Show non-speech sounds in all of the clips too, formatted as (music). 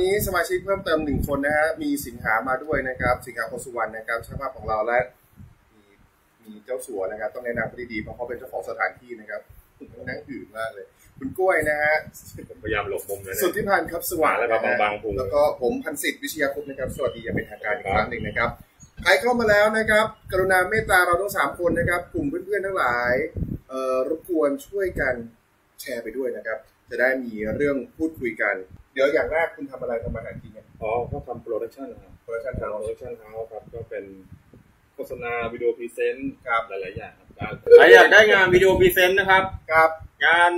นี้สมาชิกเพิ่มเติมหนึ่งคนนะฮะ มีสิงหามาด้วยนะครับ สิงหาคนสุวรรณนะครับช่างภาพของเราและ มีมีเจ้าสัวนะครับ ต้องแนะนำเขาดีๆเพราะเขาเป็นเจ้าของสถานที่นะครับ (laughs) นั่งอื่นมากเลย คุณกล้วยนะฮะ ผมพยายามหลบมุมนะ สุ เนี่ ด ย ที่พันธ์ครับสวัสดี แล้วก็ นะฮะ บางๆพุง แล้วก็ผมพันสิทธิ์วิชยาคุปต์นะครับ สวัสดีอย่างเป็นทางการอีกครั้งหนึ่งนะครับ ใครเข้ามาแล้วนะครับ กรุณาเมตตาเราทั้งสามคนนะครับ กลุ่มเพื่อนๆทั้งหลายเอ่อรบกวนช่วยกันแชร์ไปด้วยนะครับ จะได้มีเรื่องพูดคุยกัน เดี๋ยวอย่างแรกคุณทำอะไรทำอาหารกินเนี่ย อ๋อก็ทำโปรดักชั่นนะครับ โปรดักชั่น ทำ เรา โปรดักชั่นเฮาส์ครับ ก็เป็นโฆษณาวิดีโอพรีเซนต์ ครับ หลาย ๆ อย่างครับการ ใครอยากได้งานวิดีโอพรีเซนต์นะครับ ครับ งาน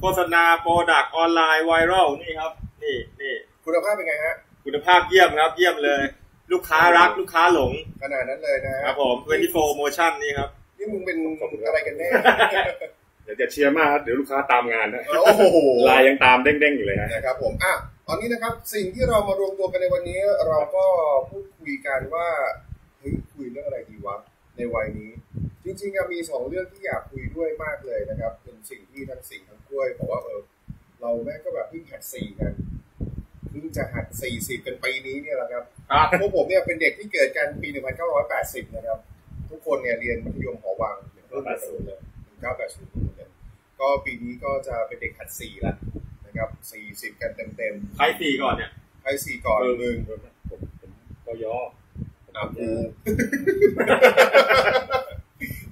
โฆษณาโปรดักต์ออนไลน์ไวรัลนี่ครับ นี่นี่ คุณภาพเป็นไงฮะ คุณภาพเยี่ยมครับ เยี่ยมเลย ลูกค้ารักลูกค้าหลง ขนาดนั้นเลยนะฮะ ครับผม24 motion นี่ครับ นี่มึงเป็นอะไรกันแน่ เดี๋ยวจะเชียร์มากครับเดี๋ยวลูกค้าตามงานนะ โอ้โห ไลายยังตามเด้ง ๆ อยู่เลยฮะ นะครับผมอ่ะตอนนี้นะครับสิ่งที่เรามารวมตัวกันในวันนี้ เราก็พูดคุยกันว่าเฮ้ยคุยเรื่องอะไรดีวะในวัยนี้ จริงๆอะมีสองเรื่องที่อยากคุยด้วยมากเลยนะครับ เป็นสิ่งที่ทั้งสิ่งทั้งกล้วยบอกว่าเออเราแม่งก็แบบเพิ่งหัดสี่กันเพิ่งจะหัดสี่สิบกันปีนี้เนี่ยแหละครับ ครับ พวกผมเนี่ยเป็นเด็กที่เกิดกันปีหนึ่งพันเก้าร้อยแปดสิบนะครับ ทุกคนเนี่ยเรียนมัธยมหอวังหนึ่งเก้าแปดศูนย์เลยหนึ่งเก้าแปดศูนย์เลยก็ปีนี้ก็จะเป็นเด็กหัดสี่ละ นะครับ40 กันเต็ม ใครสี่ก่อนเนี่ย ๆให้สี่ก่อน เออ หนึ่ง ผมผมก็ย่อ อ่ะกู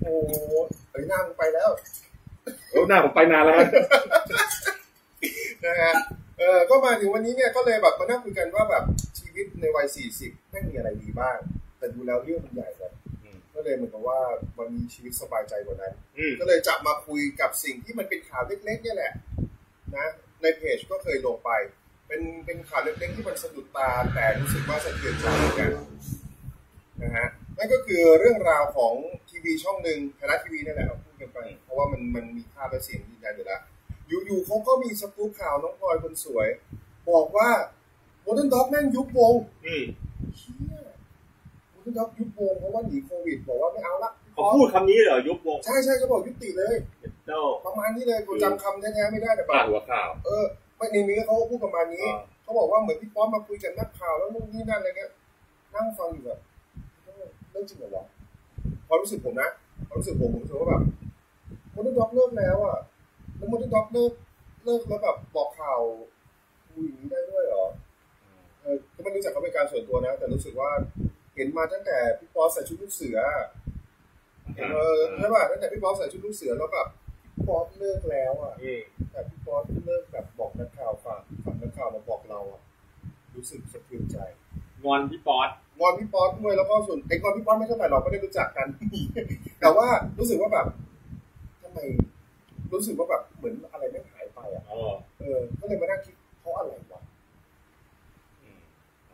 โอ้โหเฮ้ยหน้ามึงไปแล้ว โอ้หน้าผมไปนานแล้วครับ นะฮะเออก็มาถึงวันนี้เนี่ยก็เลยแบบมานั่งคุยกันว่าแบบชีวิตในวัย 40แม่งมีอะไรดีบ้าง แต่ดูแล้วเรื่องมันใหญ่เลย อืม ก็เลยเหมือนกับว่ามันมีชีวิตสบายใจกว่านั้น อืม ก็เลยจับมาคุยกับสิ่งที่มันเป็นข่าวเล็กๆเนี่ยแหละนะในเพจก็เคยลงไป เป็นเป็นข่าวเล็กๆที่มันสะดุดตาแต่รู้สึกว่าสะเทือนใจเหมือนกันนะฮะนั่นก็คือเรื่องราวของทีวีช่องหนึ่งไทยรัฐทีวีนี่นแหละเราพูดกันไป เพราะว่ามันมันมีภาพและเสียงยืนยันอยู่แล้วอยู่ๆเขาก็มีสกู๊ปข่าวน้องพลอยคนสวย บอกว่าโมเดิร์นด็อกแม่งยุบวง อืม เชี่ยโมเดิร์นด็อกยุบวงเพราะว่าหนีโควิด บอกว่าไม่เอาละ เขาพูดคำนี้เหรอยุบวง ใช่ใช่เขาบอกยุติเลย เจ้า ประมาณนี้เลยกูจำคำแท้ๆไม่ได้แต่ ปา ปาก หัวข่าว เออไม่ในนี้เขาก็พูดประมาณนี้ อ่า เขาบอกว่าเหมือนพี่ป้อมมาคุยกับนักข่าวแล้วนู่นนี่นั่นอะไรเงี้ยนั่งฟังอยู่แบบเออเรื่องจริงเหรอวะความรู้สึกผมนะความรู้สึกผมผมรู้สึกว่าแบบมอนต์ด็อกเลิกแล้วอ่ะแล้วมอนต์ด็อกเลิกเลิกแล้วแบบบอกข่าวกูอย่างนี้ได้ด้วยเหรอเออก็ไม่รู้จักเขาเป็นการส่วนตัวนะ แต่รู้สึกว่าเห็นมาตั้งแต่พี่ป๊อปใส่ชุดลูกเสือ เออใช่ป่ะตั้งแต่พี่ป๊อปใส่ชุดลูกเสือแล้วแบบพี่ป๊อปเลิกแล้วอ่ะ อืม แต่พี่ป๊อตเลิกแบบบอกนักข่าวฝากฝากนักข่าวมาบอกเราอะรู้สึกสะเทือนใจ งอนพี่ป๊อต งอนพี่ป๊อตด้วยแล้วก็ส่วนไอ้งอนพี่ป๊อตไม่เท่าไหร่เราก็ได้รู้จักกัน (laughs) แต่ว่ารู้สึกว่าแบบทำไม รู้สึกว่าแบบเหมือนอะไรไม่งหายไปอะ อ๋อ เออก็เลยมานั่งคิดเพราะอะไรวะ อืม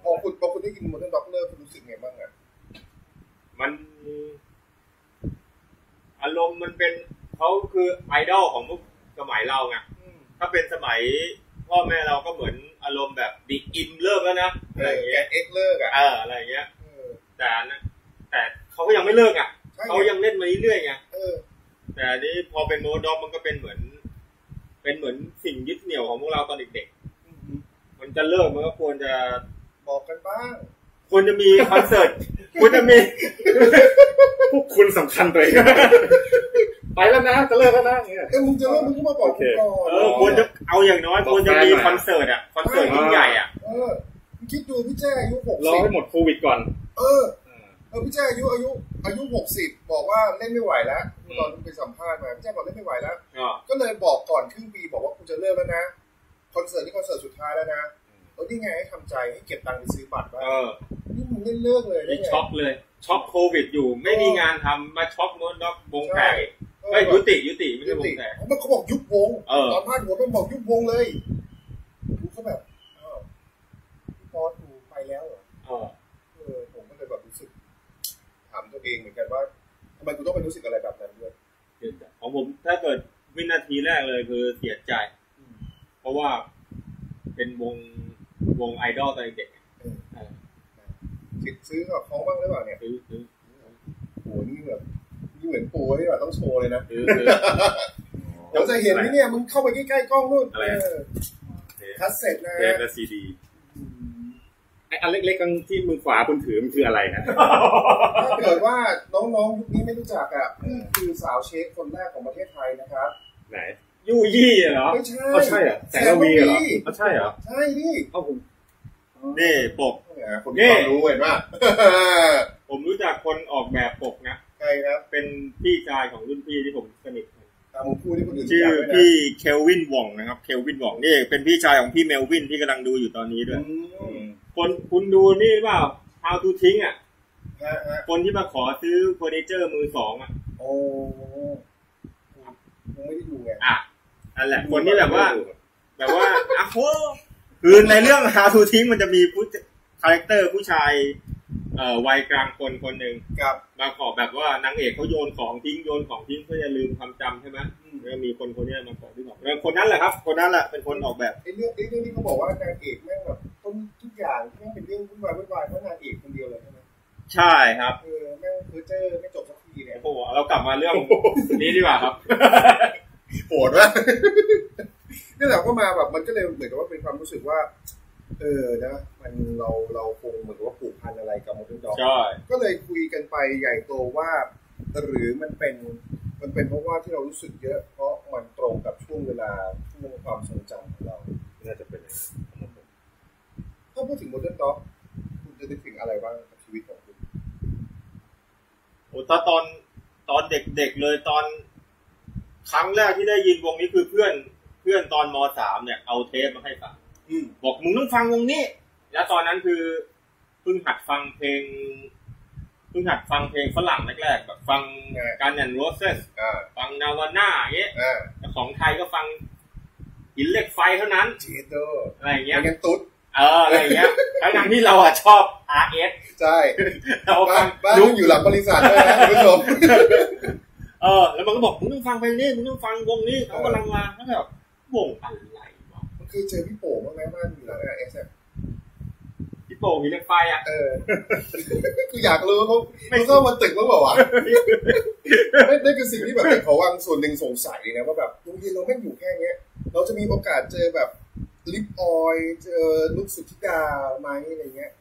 พอคุณพอคุณได้ยินโมเดิร์นด็อกเลิกคุณรู้สึกไงบ้างอะ มันอารมณ์มันเป็นเขาคือไอดอลของพวกสมัยเราไง ถ้าเป็นสมัยพ่อแม่เราก็เหมือนอารมณ์แบบบิ๊กอินเลิกแล้วนะ เอ อะไร อ อย่าง แก เงี้ย นเอ็กซ์เลิกอะ เอออะไรอย่างเงี้ย เออ แต่อันนะแต่เขาก็ยังไม่เลิกอ่ะ ใช่ไง เขายังเล่นมาเรื่อยๆไง เออ แต่อันนี้พอเป็นโมโนด็อกมันก็เป็นเหมือน เป็นเหมือนสิ่งยึดเหนี่ยวของพวกเราตอนเด็ก อืม ๆมันจะเลิกมันก็ควรจะ บอกกันบ้าง ควรจะมีคอนเสิร์ต ควรจะมี พวกคุณสำคัญตัวเอง ไปแล้วนะจะเลิกแล้วนะอย่างเงี้ย เออมึงจะเลิกมึงก็มาบอกกูก่อน เออควรจะเอาอย่างน้อยควรจะมีคอนเสิร์ตอ่ะคอนเสิร์ตยิ่งใหญ่อ่ะ เออมึงคิดดูพี่แจ้อายุหก รอ สิบ ให้หมดโควิดก่อน เออ เออพี่แจ้อายุอายุอายุหกสิบบอกว่าเล่นไม่ไหวแล้ว อืม ตอนไปสัมภาษณ์มาพี่แจ้บอกเล่นไม่ไหวแล้ว อ๋อ ก็เลยบอกก่อนครึ่งปีบอกว่ากูจะเลิกแล้วนะ คอนเสิร์ตนี่คอนเสิร์ตสุดท้ายแล้วนะเออนี่ไงให้ทำใจให้เก็บตังค์ไปซื้อบัตรบ้าง เออ นี่มึงเล่นเลิกเลยได้ นี่ ไง ช็อกเลย ช็อกโควิดอยู่ ไม่มีงานทำมาช็อกโมโนด็อกวงแตก เออ ไม่ยุติยุติไม่ ยุ ใช่ว ติ งแตก เขาบอกเขาบอกยุบวง เออ ตอนพาดหัวเป็นบอกยุบวงเลยกูก็แบบอ้าวพี่ปอสกูไปแล้วเหรอ อ๋อ เออผมก็เลยแบบรู้สึกถามตัวเองเหมือนกันว่าทำไมกูต้องไปรู้สึกอะไรแบบนั้นด้วย เสียใจของผมถ้าเกิดวินาทีแรกเลยคือเสียใจ เพราะว่าเป็นวงวงไอดอลตอนเด็ก เออคิดซื้อกับเขาบ้างหรือเปล่าเนี่ย ซื้อซื้อ โหนี่แบบนี่เหมือนปูที่แบบต้องโชว์เลยนะ ซื้อซื้อ เดี๋ยวจะเห็นไหมเนี่ยมึงเข้าไปใกล้ๆกล้องนู่น อะไรอะ เออคัสเซ็ตนะ เทปและซีดี อ อันเล็กๆตรงที่มือขวาคุณถือมันคืออะไรนะ ถ้าเกิดว่าน้องๆยุคนี้ไม่รู้จักอ่ะคือสาวเชฟคนแรกของประเทศไทยนะครับ ไหน ยู่ยี่เหรอ ไม่ใช่ เขาใช่เหรอแสงระวีเหรอเขาใช่เหรอ ใช่ดิ เขาผม นี่ปก ผมมีความรู้เห็นป่ะ ผมรู้จักคนออกแบบปกนะ ใครครับ เป็นพี่ชายของรุ่นพี่ที่ผมสนิท ตามผมพูดที่คนอื่น ชื่อ จำไม่ได้ พี่เคลวินว่องนะครับ เคลวินว่องนี่เป็นพี่ชายของพี่เมลวินที่กำลังดูอยู่ตอนนี้ด้วย อืม คนคุณดูนี่หรือเปล่า How to ทิ้งอ่ะ ฮะฮะ คนที่มาขอซื้อเฟอร์นิเจอร์มือสองอ่ะ โอ้ผมไม่ได้ดูไง อ่ะนั่นแหละ คนที่แบบว่า แบบว่าอะโหคือในเรื่อง How to ทิ้งมันจะมีผู้คาแรคเตอร์ผู้ชายเอ่อวัยกลางคนคนหนึ่ง กับ มาขอแบบว่านางเอกเขาโยนของทิ้งโยนของทิ้งเพื่อจะลืมความจำใช่ไหมแล้วมีคนคนเนี้ยมาขอที่บอกเออคนนั้นแหละครับ คนนั้นแหละเป็นคนออกแบบ ไอ้เรื่องไอ้เรื่องที่เขาบอกว่านางเอกแม่งแบบต้นทุกอย่างแม่งเป็นเรื่องวุ่นวายวุ่นวายเพราะนางเอกคนเดียวเลยใช่ไหม ใช่ครับ เออแม่งเพอเจอร์ไม่จบสักทีเนี่ย โอ้โหเรากลับมาเรื่อง นี้ดีกว่าครับ โหดว่ะ นี่แหละก็มาแบบมันก็เลยเหมือนกับว่าเป็นความรู้สึกว่า เออนะมันเราเราคงเหมือนกับว่าผูกพันอะไรกับมันเป็นดอก ใช่ ก็เลยคุยกันไปใหญ่โตว่า หรือมันเป็นมันเป็นเพราะว่าที่เรารู้สึกเยอะ เพราะมันตรงกับช่วงเวลาช่วงความทรงจำของเรา น่าจะเป็น ถ้าพูดถึงโมเดิร์นด็อกคุณจะนึกถึงอะไรบ้างกับชีวิตของคุณ โอ้ตอนตอนตอนเด็กๆเลยตอน ครั้งแรกที่ได้ยินวงนี้คือเพื่อน เพื่อนตอนมสามเนี่ย เอาเทปมาให้ฟัง อืม บอกมึงต้องฟังวงนี้ แล้วตอนนั้นคือเพิ่งหัดฟังเพลงเพิ่งหัดฟังเพลงฝรั่งแรกๆแบบฟังการแอนโรเซส อ่า ฟังนาวาน่าอย่างเงี้ย อ่า แต่ของไทยก็ฟังหินเหล็กไฟเท่านั้น เจเตอร์ อะไรอย่าง ไม่ เงี้ย งั้นตุ๊ด เอออะไรอย่างเงี้ยทั้งๆที่เราอะชอบ R S ใช่ เรา บ้า ฟั น ง บ้านอยู่หลังบริ (laughs) ษัทด้วยนะคุณผู้ชม เออแล้วมันก็บอกมึงต้องฟังเพลงนี้มึงต้องฟังวงนี้เขากำลังมาแล้วแบบวงอะไรวะ เคยเจอพี่โป๋บ้างไหมบ้านอยู่หลังไอเอสเอ พี่โป่งหินเหล็กไฟอ่ะ เออ คืออยากรู้เขา ไม่ เขาเข้ามาตึกบ้างเป (laughs) ล่าวะ นั่นนั่นคือสิ่งที่แบบเป็นขอวังส่วนหนึ่งสงสัยนะว่าแบบโรงเรียนเราแม่งอยู่แค่เนี้ย เราจะมีโอกาสเจอแบบลิปออยล์เจอนุกสุธิดาไหมอะไรเงี้ย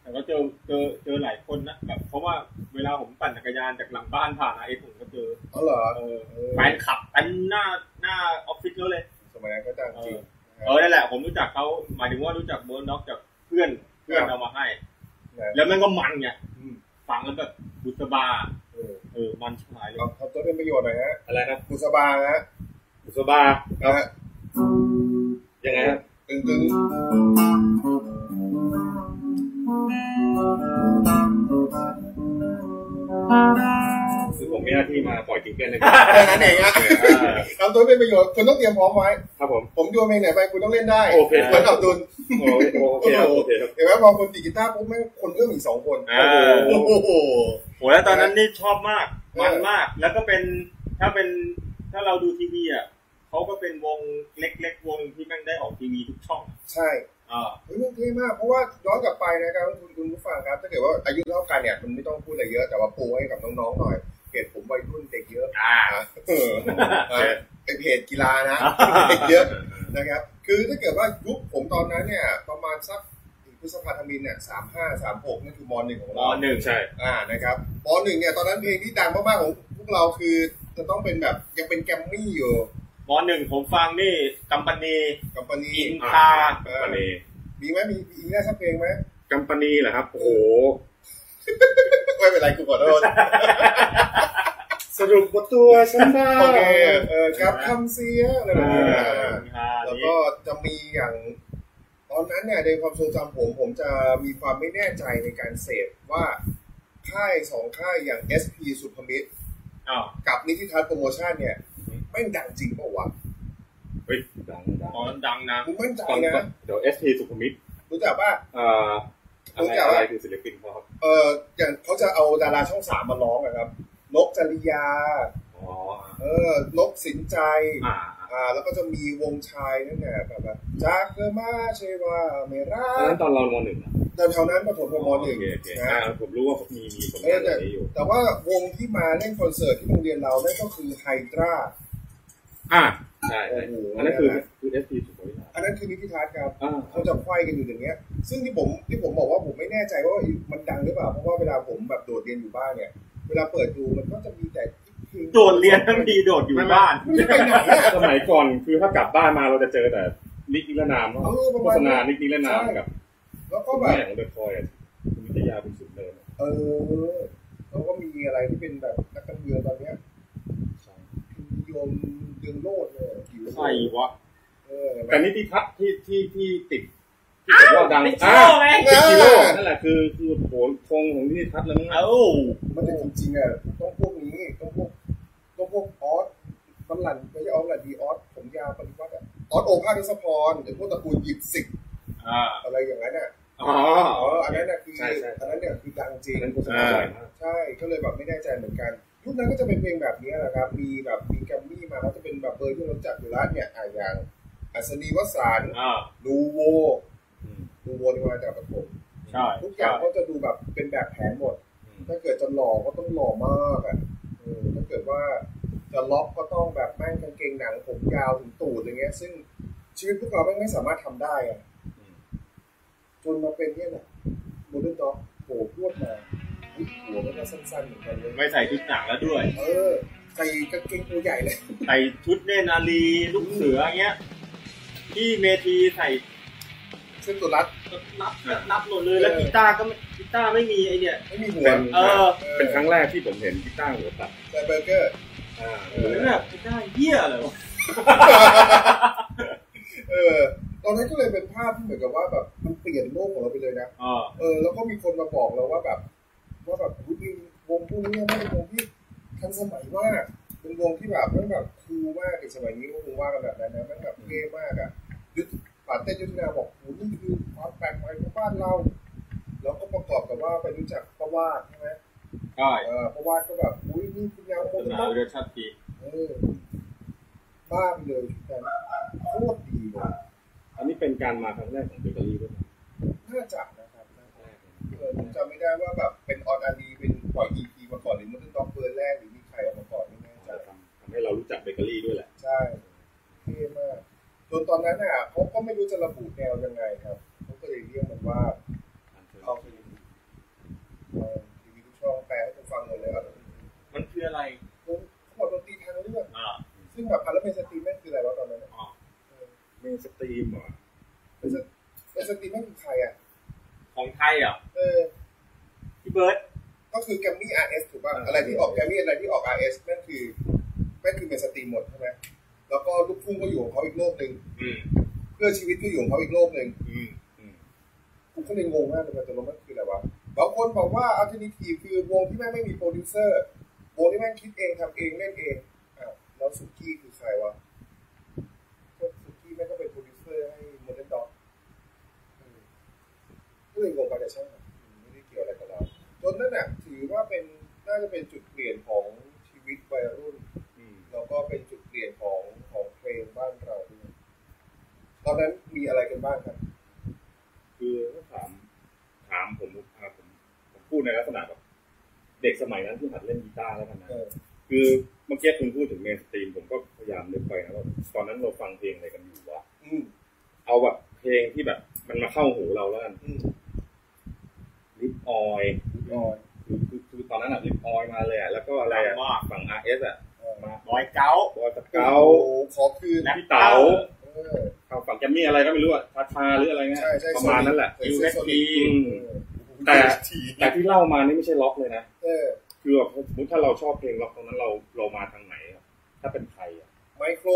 แต่ก็เจอเจอเจอหลายคนนะแบบเพราะว่าเวลาผมปั่นจักรยานจากหลังบ้านผ่านไอ้ผมก็เจอ อ๋อเหรอ เออแฟนขับอันหน้าหน้าออฟฟิศแล้วเลย สมัยนั้นก็ดังจริง เออนั่นแหละผมรู้จักเขาหมายถึงว่ารู้จักเบิร์นด็อกจากเพื่อนเพื่อนเอามาให้ นะ แล้วมันก็มันไง อืม ฟังแล้วแบบบุษบา เออ เออมันชายเลย เอาเอาตัวเป็นประโยชน์หน่อยฮะ อะไรนะ กุสบาฮะ บุษบา นะฮะ ยังไงฮะ ตึงตึง คือผมมีหน้าที่มาปล่อยจิงเกิลนะ (laughs) ๆแค่นั้นเองฮะทำตัวเป็นประโยชน์คุณต้องเตรียมพร้อมไว้ ครับผม ผมโยนเพลงไหนไปคุณต้องเล่นได้ โอเค เหมือนอับดุล โอเคโอเคครับโอเคครับ เห็นไหมพอคนตีกีตาร์ปุ๊บแม่งคนเอื้อมอีกสองคน อ่า โอ้โห โหแล้วตอนนั้นนี่ชอบมาก เออ มันมาก แล้วก็เป็นถ้าเป็นถ้าเราดูทีวีอ่ะเขาก็เป็นวงเล็กๆวงที่แม่งได้ออกทีวีทุกช่อง ใช่ อ่า เฮ้ยมันเท่มากเพราะว่าย้อนกลับไปนะครับคุณคุณผู้ฟังครับถ้าเกิดว่าอายุเท่ากันเนี่ยมันไม่ต้องพูดอะไรเยอะแต่ว่าปูให้กับน้องๆหน่อยเพจผมวัยรุ่นเด็กเยอะ อ่า อ่ะเอออ่ะ (laughs) ไอเพจกีฬานะเด็กเยอะนะครับ คือถ้าเกิดว่ายุคผมตอนนั้นเนี่ย ประมาณสักพฤษภาธมินเนี่ยสามห้าสามหกนั่นคือมหนึ่งของ ม เรา หนึ่ง ใช่ อ่านะครับปหนึ่งเนี่ยตอนนั้นเพลงที่ดังมากๆของพวกเราคือจะต้องเป็นแบบยังเป็นแกรมมี่อยู่ มหนึ่งผมฟังนี่กัมปนี กัมปานี อิน อ่า ทา เออกัมปานี มีไหมมีมีได้สักเพลงไหม กัมปานีเหรอครับ โอ้โห ไม่เป็นไรกูขอโท (laughs) ษ สรุปว่าตัวฉันได้ โอเคเออครับคำเสียอะไรแบบนี้นะ อินทา แล้ว นี่ ก็จะมีอย่าง ตอนนั้นเนี่ยในความทรงจำผมผมจะมีความไม่แน่ใจในการเสพว่าค่ายสองค่ายอย่าง SP สุพมิตร อ้าว กับนิติทัศน์โปรโมชั่นเนี่ยไม่งดังจริงเปล่าวะ เฮ้ยดังดัง ตอนดังนะ มึงมั่นใจ ตอน นะ เดี๋ยวเอสทีสุขุมวิท รู้จักป่ะ เอ่ออะไรอะไรคือศิลปินเขาครับ เอออย่างเขาจะเอาดาราช่องสามมาร้องนะครับ นกจริยา อ๋อ เออนกสินใจ อ่า อ่า แล้วก็จะมีวงชายนั่นแหละแบบว่าจากเกอร์มาเชวาเมรา อันนั้นตอนเรามหนึ่งนะ แถวๆนั้นประถมมหนึ่ง โอเคโอเคอ่า นะ ผมรู้ว่ามีมีผลงานแบบนี้อยู่ แต่ว่าวงที่มาเล่นคอนเสิร์ตที่โรงเรียนเรานั่นก็คือไฮดรา อ่าใช่ โอ้ ใช่ โห อันนั้นคือคือ SP สุโขทัย อันนั้นคือนิติทัศน์ครับ อ่า เขาจะไขว้กันอยู่อย่างเงี้ย ซึ่งที่ผมที่ผมบอกว่าผมไม่แน่ใจว่ามันดังหรือเปล่า เพราะว่าเวลาผมแบบโดดเรียนอยู่บ้านเนี่ย เวลาเปิดดูมันก็จะมีแต่ โดดเรียนทั้งทีโดดอยู่บ้าน ไม่ได้ไปไหนอะ สมัยก่อนคือถ้ากลับบ้านมาเราจะเจอแต่นิกนิรนามเนอะ เออประ โฆ มาณ ษ นั้น ณานิกนิรนามกับ แล้วก็แบบ แม่ของเดอะคอยอะคุณวิทยาคุณสุดเลย เออแล้วก็มีอะไรที่เป็นแบบนักการเมืองตอนเนี้ยพิมพ์นิยมเดืองโลดเลยผิว ใครวะ เออแบ แต่ บ นิติทัศน์ที่ที่ที่ติดที่ผมว่าดัง โจ้ อ่า ไง ฮีโร่นั่นแหละคือคือโหธงของที่ทัดแล้วมั้ง เอ้า มันจะจริงๆอ่ะต้องพวกนี้ต้องพวกต้องพวกออสกำลังไม่ใช่ออสละดีออสผมยาวปฏิวัติอะออสโอภาสทศพรหรือพวกตระกูลหยิบสิก อ่า อะไรอย่างนั้นอ่ะ อ๋อ อ๋อ อันนั้นน่ะคือ ใช่ใช่ อันนั้นเนี่ยคือดังจริง เป็นโฆษณาใหญ่มาก ใช่ ก็เลยแบบไม่แน่ใจเหมือนกัน ยุคนั้นก็จะเป็นเพลงแบบนี้แหละครับ มีแบบมีแกรมมี่มาแล้วจะเป็นแบบเบอร์ที่เราจัดอยู่แล้วเนี่ยอ่ะอย่าง อัศนีวสานต์ อ่า นูโวนูโวนี่มาจากประผม ใช่ ทุกอ ใช่ ย่างก็จะดูแบบเป็นแบบแผนหมด ถ้าเกิดจะหล่อก็ต้องหล่อมากอ่ะเออถ้าเกิดว่าจะล็อกก็ต้องแบบแม่งกางเกงหนังผมยาวถึงตูดอะไรเงี้ย ซึ่งชีวิตพวกเราแม่งไม่สามารถทำได้อ่ะ จนมาเป็นเนี่ยแหละโมเดิร์นด็อกโผล่พรวดมาอุ๊ยหัวมันก็สั้นๆเหมือนกันเลย ไม่ใส่ชุดหนังแล้วด้วย เออใส่กางเกงตัวใหญ่เลย ใส่ชุดเนนนาลีลูกเสือเงี้ยที่เมทีใส่ ซึ่งตัวรัด นับนับหมดเลยแล้วกีตาร์ก็ไม่กีตาร์ไม่มีไอเนี่ย ไม่มีหัว เป็น เออ เป็นครั้งแรกที่ผมเห็นที่ตั้งหัวตัด ใส่เบอร์เกอร์ อ่า เออ แบบกีตาร์เหี้ยเลยวะ เออ ตอนนั้นก็เลยเป็นภาพที่เหมือนกับว่าแบบมันเปลี่ยนโลกของเราไปเลยนะ อ่า เออ แล้วก็มีคนมาบอกเราว่าแบบว่าแบบรู้ดีวงพวกนี้ไม่เป็นวงที่ทันสมัยมากเป็นวงที่แบบมันแบบคูลมากในสมัยนี้ก็คงว่ากันแบบนั้นนะมันแบบเท่มากอ่ะยุทธป่าเต้นยุทธนาบอกโหนี่คือความแปลกใหม่ของบ้านเรา แล้วก็ประกอบกับว่าไปรู้จักประวาดใช่ไหม ใช่ เออประวาดก็แบบอุ้ยนี่คือแนวโม ส เดิร์ นาน ด็อก วิรชาติ เออบ้าไปเลยชุดนั้นโคตรดีเลย อันนี้เป็นการมาครั้งแรกของเบเกอรี่ด้วยนะ น่าจับนะครับน่าจะ เออผมจำไม่ได้ว่าแบบเป็นออนอารีเป็นปล่อย EP มาก่อนหรือมันเป็นด็อกเบอร์แรกหรือมีใครเออกมาก่อนไม่แน่ใจ จะทำทำให้เรารู้จักเบเกอรี่ด้วยแหละ ใช่เท่มากจนตอนนั้นอ่ะเขาก็ไม่รู้จะระบุแนวยังไงครับเขาก็เลยเรียกมันว่าเอาทีวีทีวีทุกช่องแปลให้ผมฟังหมดเลยครับ มันคืออะไร เขาบอกดนตรีทางเลือก อ่า ซึ่งแบบพันแล้วเป็นสตรีมแม่งคืออะไรวะตอนนั้นอะ อ๋อ เออ เมนสตรีมเหรอ เป็นสเป็นสตรีมแม่งคือใครอ่ะ ของไทยอ่ะ เออ พี่เบิร์ด ก็คือแกรมมี่ RS ถูกป่ะ อะไรที่ออกแกรมมี่อะไรที่ออก RS นั่นคือนั่นคือเป็นสตรีมหมดใช่ไหมแล้วก็ลูกทุ่งก็อยู่ของเขาอีกโลกหนึ่ง อืม เพื่อชีวิตก็อยู่ของเขาอีกโลกหนึ่ง อืม กูก็เลยงงมากเลยว่าตกลงมันคืออะไรวะบางคนบอกว่าอัลเทอร์นทีฟคือวงที่แม่งไม่มีโปรดิวเซอร์วงที่แม่งคิดเองทำเองเล่นเองอ้าวแล้วสุกี้คือใครวะก็สุกี้แม่งก็เป็นโปรดิวเซอร์ให้โมเดิร์นด็อกก็เลยงงไปแต่ช่างมันไม่ได้เกี่ยวอะไรกับเราจนนั่นน่ะถือว่าเป็นน่าจะเป็นจุดเปลี่ยนของชีวิตวัยรุ่น อืม แล้วก็เป็นจุดเปลี่ยนของของเพลงบ้านเราด้วยตอนนั้นมีอะไรกันบ้างครับ คือถ้าถามถามผมอ่าผมผมพูดในลักษณะแบบเด็กสมัยนั้นที่หัดเล่นกีตาร์แล้วกันนะ เออ คือเมื่อกี้คุณพูดถึงเมนสตรีมผมก็พยายามนึกไปนะว่าตอนนั้นเราฟังเพลงอะไรกันอยู่วะ อืม เอาแบบเพลงที่แบบมันมาเข้าหูเราแล้วกัน อืม ลิปออย นอน คือคือคือตอนนั้นอะลิปออยมาเลยอะแล้วก็อะไรอะ ว่า ฝั่ง R S อะ เออบ อยเก้า บอยสเกา โอ้โหขอคืน พี่เต๋า เออ ทางฝั่งแกมมี่อะไรก็ไม่รู้อะทาทาหรืออะไรเงี้ย ใช่ใช่ ประมาณนั้นแหละ ใช่ ยูเอสดี อืม เออ แต่ แต่ที่เล่ามานี่ไม่ใช่ล็อกเลยนะ เออ คือแบบสมมติถ้าเราชอบเพลงล็อกตรงนั้นเราเรามาทางไหนอะถ้าเป็นไทยอะ ไมโคร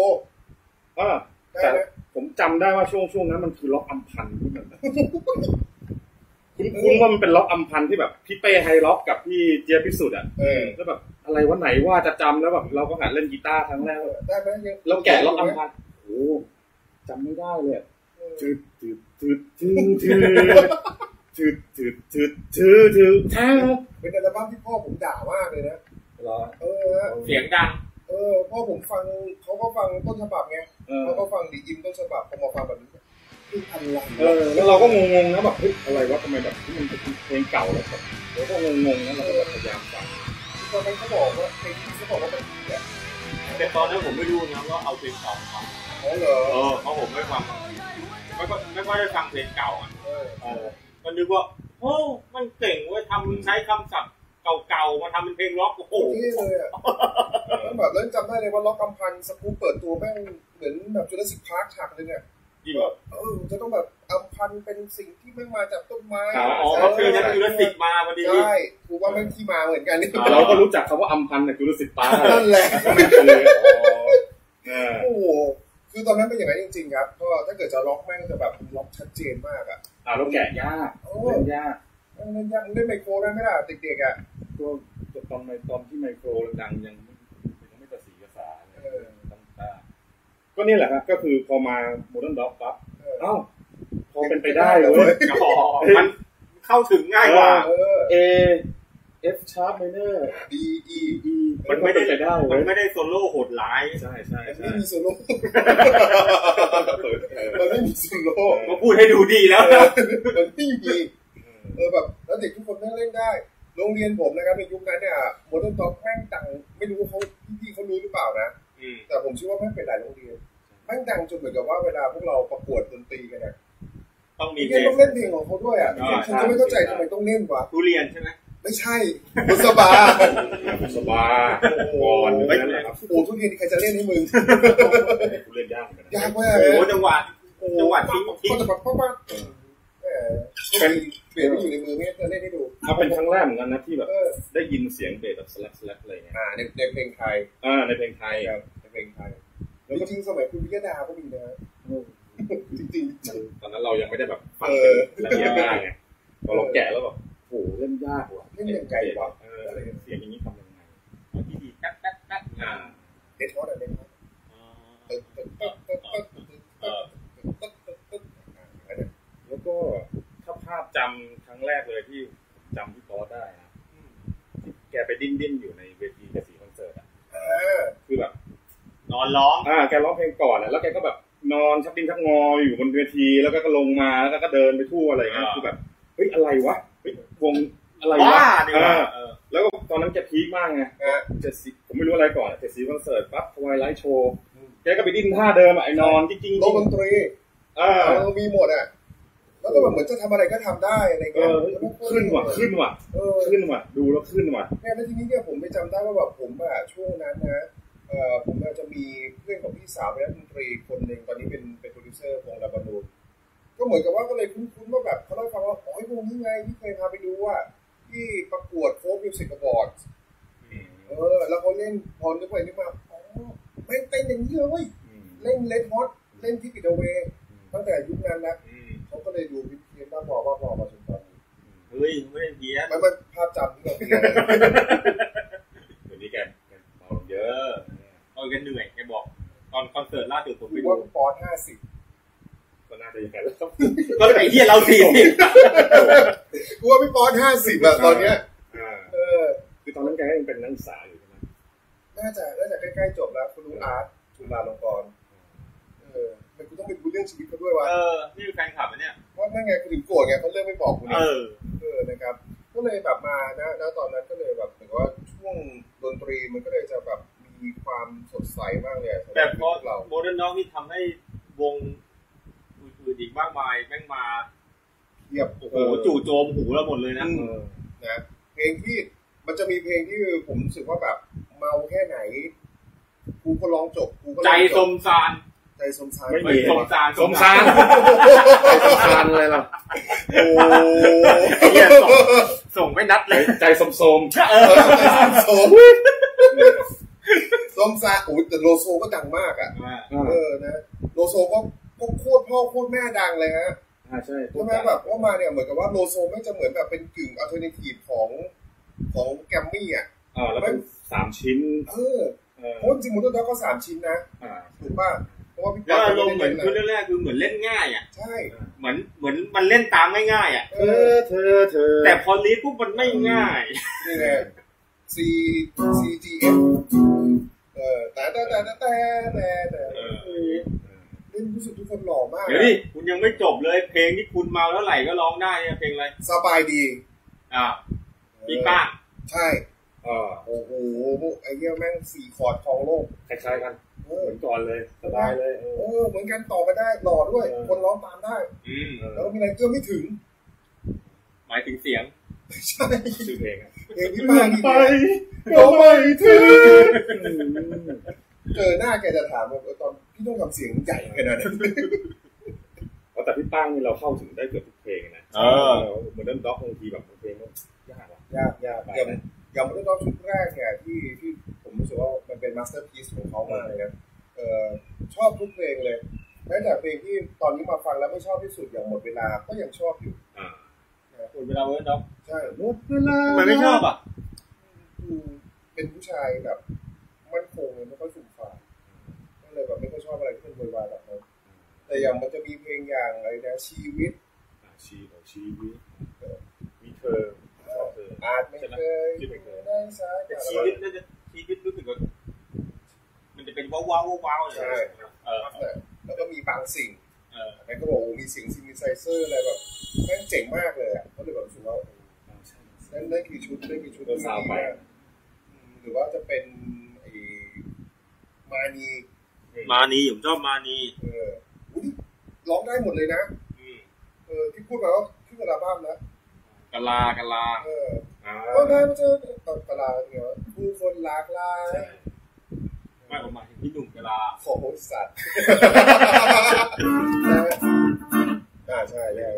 อ่า ได้ แต่ ไหม ผมจำได้ว่าช่วงช่วงนั้นมันคือล็อกอัมพันธ์ที่มัน (laughs) แบบคุ้นคุ้นว่ามันเป็นล็อกอัมพันธ์ที่แบบพี่เป้ไฮล็อกกับพี่เจียบพิสุทธิ์อ่ะ เออ แล้วแบบอะไรวันไหนว่าจะจำแล้วแบบเราก็หัดเล่นกีตาร์ครั้งแรก ได้ไหมยัง แล้วแกะล็อกอัมพันธ์โอ้โหจำไม่ได้เลยอะ เออ จืดจืดจืดจืดจืดจืดจืดจืดจืดจืดท้า เป็นอัลบั้มที่พ่อผมด่ามากเลยนะ เหรอ เออฮะ เสียงดัง เออ พ่อผมฟังเขาก็ฟังต้นฉบับไง เออ เขาก็ฟังดีอิมต้นฉบับผมมาฟังแบบนี้คืออะไร เออ แล้วเราก็งงๆนะแบบเฮ้ยอะไรวะทำไมแบบมันเป็นเพลงเก่าแล้วแบบเราก็งงๆนะเราก็แบบพยายามฟัง ตอนนั้นเขาบอกว่าเพลงที่เขาบอกว่ามันดีอ่ะ แต่ตอนนั้นผมไม่รู้นะว่าเอาเพลงเก่ามาฟัง อ๋อเหรอ เออเพราะผมไม่ฟังไม่ค่อยไม่ค่อยได้ฟังเพลงเก่าอ่ะ เออ เออก็นึกว่าโอ้มันเก่งเว้ยทำใช้คำศัพท์เก่าๆมาทำเป็นเพลงร็อกโอ้โห ที่เลยอ่ะแล้วแบบเริ่มจำได้เลยว่าล็อกกำพันสกูปเปิดตัวแม่งเหมือนแบบจูเลสิกพาร์คฉากเลยเนี่ย จริงเหรอ เออจะต้องแบบอำพันเป็นสิ่งที่แม่งมาจากต้นไม้ ครับอ๋อก็คือนั้นคือละสิบมาพอดี ใช่กูว่าแม่งที่มาเหมือนกันนี่ อ๋อ เราก็รู้จักคำว่าอัมพันธ์จากจุลศิษย์ปาร์คเล นั่ ย นแหละ เออ โอ้โหคือตอนนั้นเป็นอย่างนั้นจริงๆครับ ก็ถ้าเกิดจะล็อกแม่งก็จะแบบล็อกชัดเจนมากอ่ะ อ่าเราแกะยากเล่นยาก แม่งเล่นยากเล่นไมโครได้ไหมล่ะเด็กๆอ่ะ ก็ตอนในตอนที่ไมโครดังยังยังไม่ประสีกระสาเลยต้องตาก็นี่แหละครับก็คือพอมาโมเดิร์นด็อกปั๊บ เออ เอ้าพอเป็นไปได้เว้ย อ๋อมันเข้าถึงง่ายกว่า เออ A F sharp minor ดี E ดี E มั มัน น ไม่ ไม่ ได้ เป็นไปได้ มั เว้ น ย ไม่ได้โซโล่โหดร้าย ใช่ใช่ มัน ใช่ ไม่มีโซโล่มันไม่มีโซโล่ ก็พูดให้ดูดีแล้วนะ มันไม่มีเออแบบแล้วเด็กทุกคนแม่งเล่นได้ โรงเรียนผมนะครับในยุคนั้นเนี่ยโมเดิร์นด็อกแม่งดังไม่รู้ว่าเขาพี่ๆเขารู้หรือเปล่านะ อืม แต่ผมเชื่อว่าแม่งเป็นหลายโรงเรียนแม่งดังจนเหมือนกับว่าเวลาพวกเราประกวดดนตรีกันเนี่ย ต้องมี นี่ก็เพลง ต้องเล่นเพลงของเขาด้วยอ่ะฉันก็ไม่เข้าใจทำไมต้องเล่นวะ ทุเรียนใช่ไหม ไม่ใช่บุษบา สบายก่อน ไม่ ไม่ เป็นไร เล่น โอ้โหทุเรียนใครจะเล่นให้มึง กูเล่นยากเหมือนกัน ยา นะ กมาก โอ้ เลย โหจังหวะจังหวะทิ้งทิ้ ก็ ง จะแบบปั๊บปั๊บเออเป็นเปลี่ยนไปอยู่ในมือไม่จะเล่นให้ดู ถ้าเป็นครั้งแรกเหมือนกันนะที่แบบ เออ ได้ยินเสียงเบสแบบสลักสลักอะไรเงี้ย อ่าในในเพลงไทย อ่าในเพลงไทย ครับในเพลงไทยแล้วจริงๆสมัยคุณพิยดาก็มีนะจริง ตอนนั้นเรายังไม่ได้แบบฟัง เออ เป็นละเอียดมากไงพอเราแกะแล้วแบบโอ้โหเล่นยากว่ะ เล่นยังไงวะ เออเสียงอย่างนี้ทำยังไง ที่ดีแป๊บแป๊บแป๊บ อ่า ๆเดทฮอตอะเดทฮอต แล้วก็ถ้าภาพจำครั้งแรกเลยที่จำที่ป๊อตได้นะที่แกไปดิ้นดิ้นๆอยู่ในเวทีกระสีคอนเสิร์ตอ่ะ อ่า คือแบบ นอนร้อง อ่าแกร้องเพลงก่อนอะแล้วแกก็แบบนอนชักดิ้นชักงออยู่บนเวทีแล้วก็ลงมาแล้วก็เดินไปทั่วอะไรเงี้ยคือแบบเฮ้ยอะไรวะเฮ้ยวงอะไรวะ ว้าดีกว่า อ่า เออ แล้วก็ตอนนั้นแกพีคมากไง อ่า เจดสิผมไม่รู้อะไรก่อนอะเจดสีคอนเสิร์ตปั๊บทวายไลท์โชว์แกก็ไปดิ้นท่าเดิมอะไอ้นอนจริงจริง โลกดนตรี อ่า เออมีหมดอ่ะ แล้วก็แบบเหมือนจะทำอะไรก็ทำได้อะไร เอ เงี้ย อเฮ้ยขึ้นว่ะขึ้นว่ะ เออ ขึ้นว่ะ ดูแล้วขึ้นว่ะ เนี่ยแล้วทีนี้เนี่ยผมไปจำได้ว่าแบบผมอ่ะช่วงนั้นนะ เออผมอาจจะมีเพื่อนของพี่สาวเป็นนักดนตรีคนหนึ่งตอนนี้เป็นเป็นโปรดิวเซอร์วงลาบานูนก็เหมือนกับว่าก็เลยคุ้นๆว่าแบบเขาเล่าให้ฟังว่าอ๋อไอ้วงนี้ไงที่เคยพาไปดูอ่ะที่ประกวดโค้ดมิวสิกบอร์ดเออ แล้วเขาเล่นพอนึกไปนึกมาอ๋อไม่งเป็นอย่างนี้เลยเว้ย อืม เล่นเลดฮอตเล่นที่ปิดเวตั้งแต่ยุคนั้นนะ อืม เขาก็เลยดูวิธีบ้าบอบ้าบอมาจนตอนนี้ เฮ้ยไม่ได้เพี้ยน มันมันภาพจำที่เราเปลี่ยน เดี๋ยวนี้แกแกเบาลงเย เอ อะ อเออแกเหนื่อยแกบอก ตอนคอนเสิร์ตล่าสุดผมไป คือ ดู ว่าปอนห้าสิบ ก็น่าจะอย่างนั้นแล้ว (laughs) ครับ ก็ไอ้เฮียเราสี่สิบ กูว่าพี่ปอนห้าสิบอะตอนเนี้ย อ่า เออ คือตอนนั้นแกก็ยังเป็นนักศึกษาอยู่ใช่ไหม น่าจะ น่าจะใกล้ๆจบแล้วคุณลุงอาร์ตจุฬาลงกรณ์เออมันกูต้องไปดูเรื่องชีวิตเขาด้วยวะ เออนี่คือแฟนคลับอะเนี่ย เพราะนั่นไงกูถึงโกรธไงเขาเริ่มไม่บอกกู เอ เนี่ย อ เออ นะครับ ก็เลยแบบมานะณตอนนั้นก็เลยแบบเหมือนกับว่าช่วงดนตรีมันก็เลยจะแบบมีความสดใสมากเลยสำหรัแต่บ เพ พว ราะ กเรา โมเดิร์นด็อกที่ทำให้วงอื่นๆอีกมากมายแม่งมา เทียบ โอ้โหจู่โจมหูเราหมดเลยนะ เออ นะ เพลงที่ มันจะมีเพลงที่ผมรู้สึกว่าแบบเมาแค่ไหน กูก็ร้องจบ กูก็ร้ ใจ องบ สมสาร ใจสมสาร ไม่สมสาร สมสารสมสารเลยล่ะ โอ้ ไอ้เหี้ยส่งส่งไม่นัดเลย ใจสมโสม สมสมสารโอ้ยแต่โลโซก็ดังมากอ่ะ เออนะโลโซก็ก็โคตรพ่อโคตรแม่ดังเลยฮะ อ่าใช่ ใช่ไหมแบบว่ามาเนี่ยเหมือนกับว่าโลโซไม่งจะเหมือนแบบเป็นกึ่งอัลเทอร์เนทีฟของของแกรมมี่อ่ะ อ่าแล้วเป็นสามชิ้น เออ เออ เพราะจริงๆมูนด็อกก็สามชิ้นนะ อ่า ถูกป่ะเพราะว่าพี่ แล้วอารมณ์เหมือน ใช่ ชุดแรกๆคือเหมือนเล่นง่ายอ่ะ ใช่ เหมือนเหมือนมันเล่นตามง่ายๆอ่ะ เอ เธอ อ เธอเธอ แต่พอรีดปุ๊บมันไม่ง่าย นี่ไง C C G M เออแต่แต่แต่แต่แต่แต่ เออ เออ เล่นรู้สึกทุกคนหล่อมาก เดี๋ยวนี่คุณยังไม่จบเลย เพลงที่คุณเมาเท่าไหร่ก็ร้องได้เนี่ยเพลงอะไร สบายดี อ่าพี่ป้า ใช่ เอ อ่า โอ้โหพวกไอ้เหี้ยแม่งสี่คอร์ดของโลก คล้ายๆกัน เออเหมือนก่อนเลยสบายเลยเอ เอ อ อเหมือนกันต่อไปได้หล่อด้วย เออ คนร้องตามได้ อืม แล้วก็มีอะไรเกื้อไม่ถึง หมายถึงเสียง ใช่ ชื่อเพลงอะ เอกวิมานอีกแล้ว ก็ไม่ถึง เจอหน้าแกจะถามว่าเออตอนพี่ต้องทำเสียงใหญ่ขนาดนั้น เอาแต่พี่ป้างนี่เราเข้าถึงได้เกือบทุกเพลงนะ เออ เหมือนเดิมด็อกบางทีแบบเพลงมันยากอะ ยากยากอย่างอย่างเรื่องรอบชุดแรกเนี่ยที่ที่ผมรู้สึกว่ามันเป็นมาสเตอร์พ c e ของเขามากเลยนะเออชอบทุกเพลงเลยแม้แต่เพลงที่ตอนนี้มาฟังแล้วไม่ชอบที่สุดอย่างหมดเวลาก็ยังชอบอยู่ อ่า หมดเวลาเวิร์ดด็อก ใช่ หมดเวลา ทำไมไม่ชอบอ่ะ คือเป็นผู้ชายแบบมั่นคงเลยไม่ค่อยสุ่มฝ่ายก็เลยแบบไม่ค่อยชอบอะไรที่มันโวยวายแบบนั้นแต่อย่างมันจะมีเพลงอย่างอะไรนะชีวิต อ่าชีของชีวิตเออมีเธอชอบเธอ อาจไม่เคย ใช่ไหม ได้ซ้าย แต่ แต่ ชี ชี วิ วิ ต ต น่าจะชีวิตรู้สึกว่ามันจะเป็นว้าวว้าวว้าวอย่างเงี้ย ใช่ เออ แล้วก็มีบางสิ่ง เออ อันนั้นก็บอกโอ้มีเสียงซินธิไซเซอร์อะไรแบบแม่งเจ๋งมากเลยอ่ะก็เลยแบบรู้สึกว่า อ่าใช่ นั่นได้กี่ชุดได้กี่ชุด เออสาวไป หรือว่าจะเป็นไอ้มานี มานีผมชอบมานี เอออุ๊ยร้องได้หมดเลยนะ อืม เออที่พูดมาก็ขึ้นอัลบั้มนะ กะลากะลา เออ อ่า ก็ได้มาเจอตอนตลาดเนี่ยวะผู้คนหลากหลาย ใช่ ไม่ผมหมายถึงพี่หนุ่มกะลา ขอโหดสัตว์ (laughs) อ่าใช่ใช่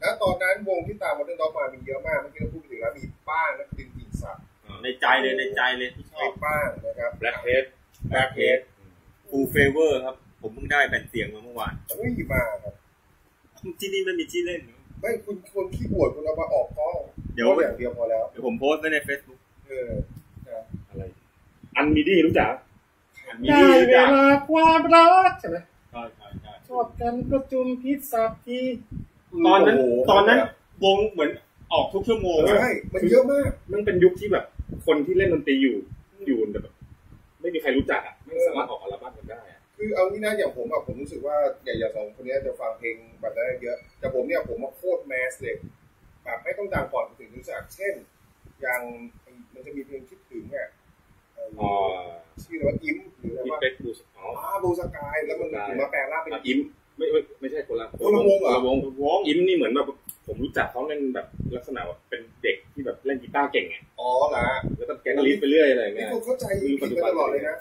แล้วตอนนั้นวงที่ตามมอเดิร์นด็อกมามีเยอะมากเมื่อกี้เราพูดไปถึงแล้วมีป้างนักดินกิ่งศักดิ์ ในใจเลยในใจเลยที่ชอ ไอ้ บ ป้างนะครับ แบล็คเฮด แบล็คเฮดฟูเฟเวอร์ครับ ผมเพิ่งได้แผ่นเสียงมาเมื่อวาน (laughs) เฮ้ยมาครับ ที่นี่ไม่มีที่เล่น ไม่คุณคนขี้อวดคุณเอามาออกกล้อง เดี๋ยว ก็อย่างเดียวพอแล้ว เดี๋ยวผมโพสต์ไว้ใน Facebook เออนะ อะไร อันมีดี้รู้จัก มีที่รู้จัก ความรักใช่ไหม ใช่ใช่ใช่ ชอบกันก็จุมพิษสักที ตอนนั้น โโห ตอนนั้นวงเหมือนออกทุกชั่วโมงอะ ใช่มันเยอะมาก มันเป็นยุคที่แบบ คนที่เล่นดนตรีอยู่อยู่แต่แบบไม่มีใครรู้จักอ่ะ ไม่สามารถออกอัลบั้มกันได้อะ คือเอางี้นะอย่างผมอะผมรู้สึกว่าอย่างอย่างสองคนเนี้ยจะฟังเพลงแบบนั้นเยอะแต่ผมเนี่ยผมมาโคตรแมสเลยแบบไม่ต้องดังก่อนถึงรู้จักเช่น อย่างมันจะมีเพลงคิดถึงเนี่ยเอ่ออ อ๋อ ชื่ออะไรว่าอิมหรืออะไร พี่ ว่า เป็กบูสอ๋อ อ่าบลูสกายแล้วมัน ได้ ถึงมาแปลงร่างเป็น อิมไม่ไม่ไม่ใช่คนละ คนละวงเหรอ คนละวงอิมนี่เหมือนแบบผมรู้จักเขาเล่นแบบลักษณะแบบเป็นเด็กที่แบบเล่นกีตาร์เก่งไง อ๋อเหรอ แล้วก็แกงลีดไปเรื่อยอะไร นี่ เงี้ย กูเข้าใจผิดมาตลอดเลยนะ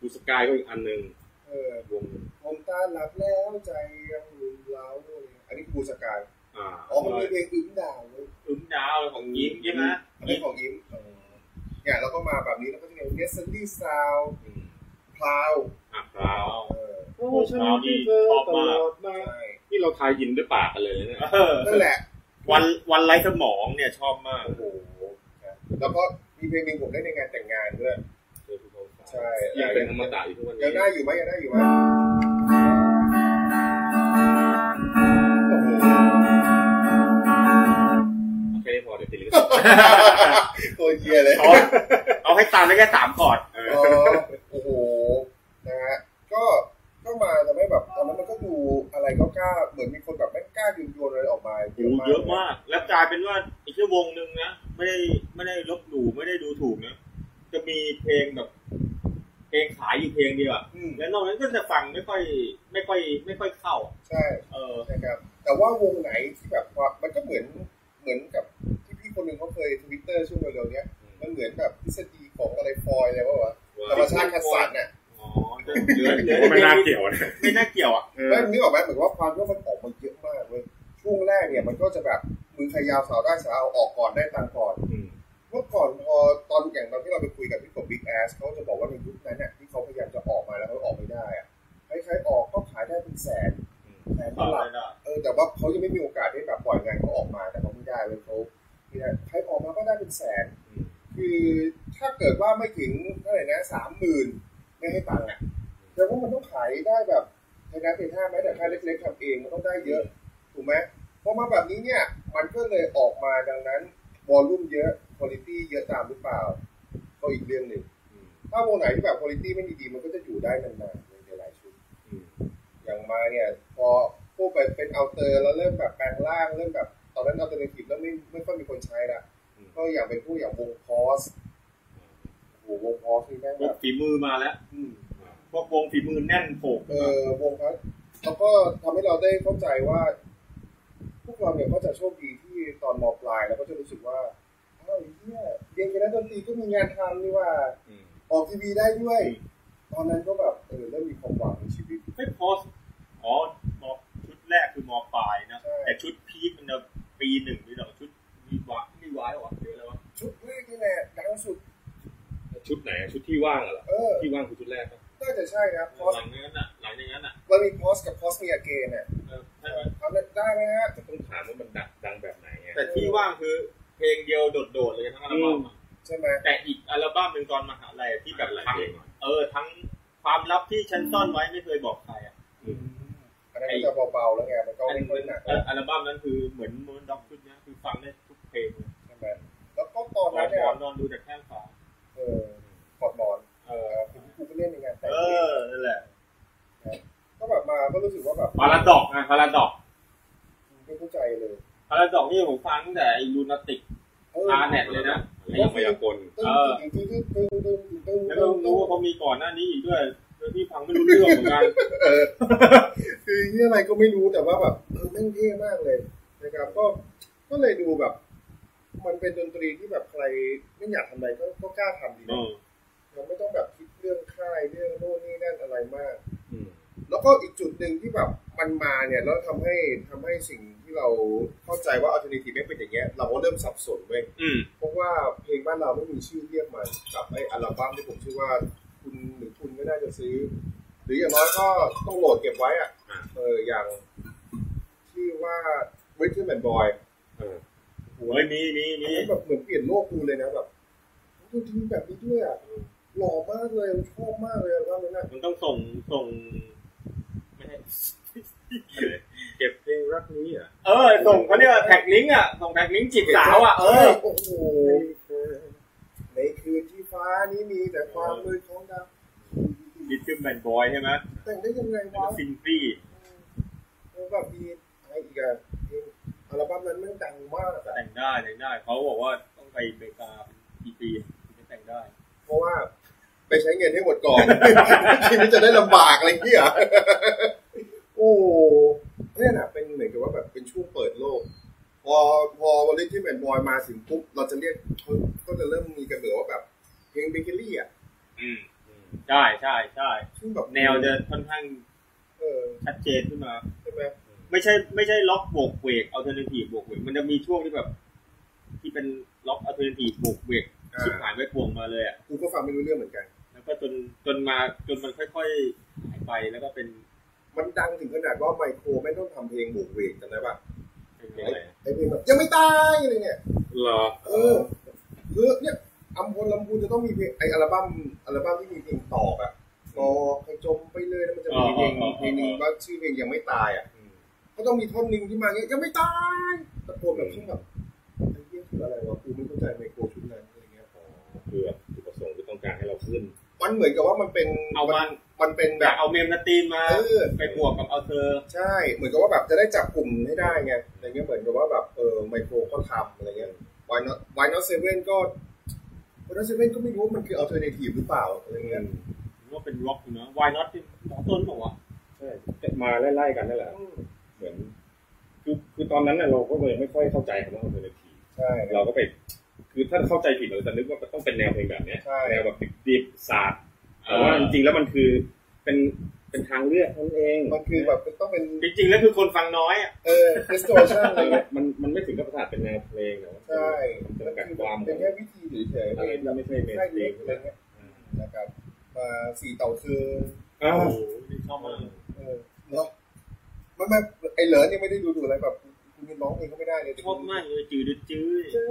บูสกายก็อีกอันหนึ่ง เออ วงหนึ่ง ผมตาหลับแล้วใจยังลืมเล้าเลยอันนี้คือบลูสกาย อ่า อ๋อมันมีเพลงอึ้งดาวเว้ย อึ้มดาวของยิ้มใช่ไหม อันนี้ของอิมเออเนี่ยเราก็มาแบบนี้แล้วก็จะมีเนสเซนดี้ซาว อืม พลาว อ่ะคราว เออ โอ้ฉันที่เธอตลอดมา ใช่ ที่เราทายยินด้วยปากกันเลยนะเนี่ย เออ นั่นแหละ วันวันไร้สมองเนี่ยชอบมาก โอ้โหนะแล้วก็มีเพลงหนึงผมได้ในงานแต่งงานด้วย เจอภูเขาไฟ ใช่ ยังเป็นธรรมดาอยู่ทุกวันนี้ ยังได้อยู่ไหมยังได้อยู่ไหมโอ้โห โอเคพอเดี๋ยวติดลิขสิทธิ์ ตัวเยียเลย เอาเอาให้ตามได้แค่สามก่อน เอ อ๋อ อ โอ้โห นะฮะ ก็ ก็มาแต่ไม่แบบตอนนั้นมันก็ดูอะไรก็กล้า เหมือนมีคนแบบไม่งกล้ายืนโยนอะไรออกมา โอ้โหเยอะมาก แล้วกลายเป็นว่าอีกแค่วงหนึ่งนะ ไม่ได้ไม่ได้ลบหลู่ไม่ได้ดูถูกนะ จะมีเพลงแบบ เพลงขายอยู่เพลงเดียวอะ อืม แล้วนอกนั้นก็จะฟังไม่ค่อย ไม่ค่อย ไม่ค่อยเข้าอะ ใช่ เออ นะครับ แต่ว่าวงไหนที่แบบว่ามันก็เหมือน เหมือนกับที่พี่คนหนึ่งเขาเคยทวิตเตอร์ช่วงเร็วๆเนี้ย มันเหมือนแบบทฤษฎีของอะไรฟอยอะไรวะวะธรรมชาติคัดสรรน่ะ อ๋อจะเหลือเหลือ ไม่น่าเกี่ยวนะ ไม่น่าเกี่ยวอ่ะ เออ แล้วนึกออกไหมเหมือนว่าความที่มันออกมาเยอะมากเว้ย ช่วงแรกเนี่ยมันก็จะแบบมือขยาวสาวได้สาวเอาออกก่อนได้ตังค์ก่อน อืม เมื่อก่อนพอตอนอย่างตอนที่เราไปคุยกับพี่กบบิ๊กแอสเขาจะบอกว่าในยุคนั้นเนี่ยที่เขาพยายามจะออกมาแล้วเขาออกไม่ได้อะคล้ายๆออกก็ขายได้เป็นแสนแสนต ต่อ ลับ ไม่ได้ เออแต่ว่าเขายังไม่มีโอกาสได้แบบปล่อยงานเขาออกมาแต่เขาไม่ได้เลยเขาไม่ได้ใครออกมาก็ได้เป็นแสน อืม คือถ้าเกิดว่าไม่ถึงเท่าไหร่นะสามหมื่นไม่ให้ตังค์อ่ะแต่ว่ามันต้องขายได้แบบในนั้นเป็นห้าไหมแต่ค่าเล็กๆทำเองมันต้องได้เยอะถูกไหมพอมาแบบนี้เนี่ย มันก็เลยออกมาดังนั้นวอลลุ่มเยอะคุณภาพเยอะตามหรือเปล่า ก็อีกเรื่องหนึ่ง อืม ถ้าวงไหนที่แบบคุณภาพไม่ดีๆมันก็จะอยู่ได้นานๆในหลายชุด อืม อย่างมาเนี่ยพอพวกแบบเป็นเอาเตอร์แล้วเริ่มแบบแปลงร่างเริ่มแบบตอนนั้นเอาเตอร์เนทีฟแล้วไม่ไม่ค่อยมีคนใช้ละก็อย่างเป็นพวกอย่างวงคอส วงพอสนี่แม่ง พ แบ วก บ ฝีมือมาแล้ว อืม พวกวงฝีมือแน่นโผก เออวงครับแล้วก็ทำให้เราได้เข้าใจว่า พวกเราเนี่ยก็จะโชคดีที่ตอนมปลายแล้วก็จะรู้สึกว่าอ้าวไอ้เนี่ยเรียนคณะดนตรีก็มีงานทำนี่ว่า อืม ออกทีวีได้ด้วย ตอนนั้นก็แบบเออเริ่มมีความหวังในชีวิต ไม่พอสอ๋อมชุดแรกคือมอปลายนะ ใช่ แต่ชุดพีคมันจะปีหนึ่งหรือเปล่าชุดรีวะรีวายหรอหรืออะไรวะ ชุดแรกนี่แหละดังสุด ชุดไหนอะชุดที่ว่างอะเหรอ เออ ที่ว่างคือชุดแรกปะ น่าจะใช่นะพอส หลังจากนั้นอ่ะ หลังจากนั้นอ่ะ มันมีพอสกับพอสมีอาเกนเนี่ย เออใช่ไหม ทำได้ไหมฮะ จะต้องถามว่ามันดังดังแบบไหนไง แต่ที่ว่างคือเพลงเดียวโดดๆเลยทั้งอัลบั้มอะ ใช่ไหม แต่อีกอัลบั้มหนึ่งตอนมหาลัยที่แบบทั้งเออทั้งความลับที่ฉันซ่อนไว้ไม่เคยบอกใครอ่ะ อันนั้นก็จะเบาๆแล้วไงมันก็ อัน ไม่ค่อยหนัก เอ่ออัลบั้มนั้นคือเหมือนมูนด็อกชุดเนี้ยคือฟังได้ทุกเพลงเลย ใช่ไหมแล้วก็ตอน นอ นั้น นเนี่ย นอนดูแต่แค่ฟ้า เออปลอดหมอน เอ เอออคุณครูก็เล่นในงานแต่ง เออนั่นแหละ ก็แบบมาก็รู้สึกว่าแบบ พาราดอกนะพาราดอก ไม่เข้าใจเลย พาราดอกนี่ผมฟังตั้งแต่ไอ้ลูนาติกอาร์เน็ตเลยนะ ไอ้ยังพยากรณ์ ตึ้งตึ้งตึ้งตึ้งตึ้ง แล้วก็ ตึ้งตึ้เพิ่งรู้ ง ว่าเขามีก่อนหน้านี้อีกด้วยโดยที่ฟังไม่รู้เรื่องเหมือนกัน เออคือเรื่องอะไรก็ไม่รู้แต่ว่าแบบเออแม่งเท่มากเลยนะครับก็ก็เลยดูแบบ มันเป็นดนตรีที่แบบใครไม่อยากทำอะไรก็ก็กล้าทำดี เอ นะ อ มันไม่ต้องแบบคิดเรื่องค่ายเรื่องโน่นนี่นั่นอะไรมาก อืม แล้วก็อีกจุดหนึ่งที่แบบมันมาเนี่ยแล้วทำให้ทำให้สิ่งที่เราเข้าใจว่าอัลเทอร์เนทีฟไม่เป็นอย่างเงี้ยเราก็เริ่มสับสนเว้ย อืม เพราะว่าเพลงบ้านเราไม่มีชื่อเรียกมันกับไออัลบั้มที่ผมเชื่อว่าคุณหรือคุณก็น่าจะซื้อ หรืออย่างน้อยก็ต้องโหลดเก็บไว้อะเอออย่างที่ว่า w i t h m a n Boy เออ โอ้ยมีมี อันมีนี้แบบเหมือนเปลี่ยนโลกกูเลยนะแบบดูทีแบบนี้ด้วยอ่ะหล่อมากเลยชอบมากเลยอัลบั้มนั้นอะ มันต้องส่งส่งไม่ใช่ เก็บเพลงรักนี้อ่ะ เออส่งเขาเรียกว่าแท็กลิงก์อ่ะส่งแท็กลิงก์จีบสาวอ่ะเออ โอ้โหในคืนที่ฟ้านี้มีแต่ความมืดของดาว ดิจิมแมนบอยใช่ไหม แต่งได้ยังไง แล้ว วะ ก็ซินฟรี แล้วแบบมีอะไรอีกอะเพลงอัลบั้มนั้นแมันดังมากอะ แต่งได้แต่งได้ เขาบอกว่าต้องไปอเมริกาเป็นกี่ปีถึงจะแต่งได้ เพราะว่า ไปใช้เงินให้หมดก่อน (laughs) ชีวิตจะได้ลำบากอะไรเงี้ยโอ้เนี่ยนะเป็นเหมือนกับว่าแบบเป็นช่วงเปิดโลก พอพอวันที่แมนบอยมาถึงปุ๊บเราจะเรียกก็จะเริ่มมีกันเหลือว่าแบบ เพลงเบเกอรี่อะ อืมใช่ใช่ใช่ ซึ่งแบบ แนวจะค่อนข้าง เออ ชัดเจนขึ้นมา ใช่ไหม ไม่ใช่ไม่ใช่ล็อกบวกเวกอัลเทอร์เนทีฟบวกเวกมันจะมีช่วงที่แบบ ที่เป็นล็อกอัลเทอร์เนทีฟบวกเวกชิบหายไปพวงมาเลยอ่ะ กูก็ฟังไม่รู้เรื่องเหมือนกัน แล้วก็จนจนมาจนมันค่อยๆหายไปแล้วก็เป็น มันดังถึงขนาดว่าไมโครไม่ต้องทำเพลงบวกเวกจำได้ปะ เป็นอะไรอะ ไอเพลงแบบยังไม่ตายอะไรเนี่ย เหรอ เออเลือกเนี่ยอัมพลลำพูนจะต้องมีเพลงไออัลบั้มอัลบั้มที่มีเพลงตอบอะตอใครจมไปเลยแล้วมันจะมีเพลงเพลงหนึ่งว่าชื่อเพลงยังไม่ตายอะ อืม ก็ต้องมีท่อนหนึ่งที่มาเงี้ยยังไม่ตายตะโกนแบบซึ่งแบบไอ้เหี้ยคืออะไรวะกูไม่เข้าใจไมโครชุดนั้นอะไรเงี้ย คือแบบจุดประสงค์คือต้องการให้เราขึ้น มันเหมือนกับว่ามันเป็น เอามัน มันเป็น อ แบ ยาก บ เอาเมมนาตีนมา เออ ไปบวกกับเอาเธอ ใช่เหมือนกับว่าแบบจะได้จับกลุ่มให้ได้ไงอะไรเงี้ยเหมือนกับว่าแบบเออไมโครก็ทำอะไรเงี้ย why not why not seven ก็ why not seven ก็ไม่รู้ว่ามันคือ alternative หรือเปล่าอะไรเงี้ย ว่าเป็นร็อกอยู่เนอะ Why not ที่สองต้นบอกว่า ใช่แต่มาไล่ๆกันนั่นแหละ อืม เหมือนคือคือตอนนั้นน่ะเราก็เลยไม่ค่อยเข้าใจคำว่าอัลเทอร์เนทีฟ ใช่ครับ เราก็ไป คือถ้าเข้าใจผิดเราจะนึกว่ามันต้องเป็นแนวเพลงแบบเนี้ย ใช่ แนวแบบดิบๆศาสตร์แต่ว่าจริงๆแล้วมันคือเป็นเป็นทางเลือกนั่นเอง มันคือแบบต้องเป็น จริงๆแล้วคือคนฟังน้อยอ่ะ เออ distortion อะไรเงี้ย มันมันไม่ถึงกับประสาทเป็นแนวเพลงแต่ว่า ใช่ มัน มันจำกัด คือ ความ เป็นแค่วิธีเฉยๆ อะไร เป็น ที่ไม่ใช่แค่เมนเพล เล็ ง กอะไรเงี้ยนะครับมาสี่เต่าเธอ อ่า โอ้โหนี่ชอบมาก เออเนาะไม่ไม่ไอเหลินยังไม่ได้ดูดูอะไรแบบคุณยังร้องเองก็ไม่ได้เลย ชอบมากเลยจืดดจื้อ เจอ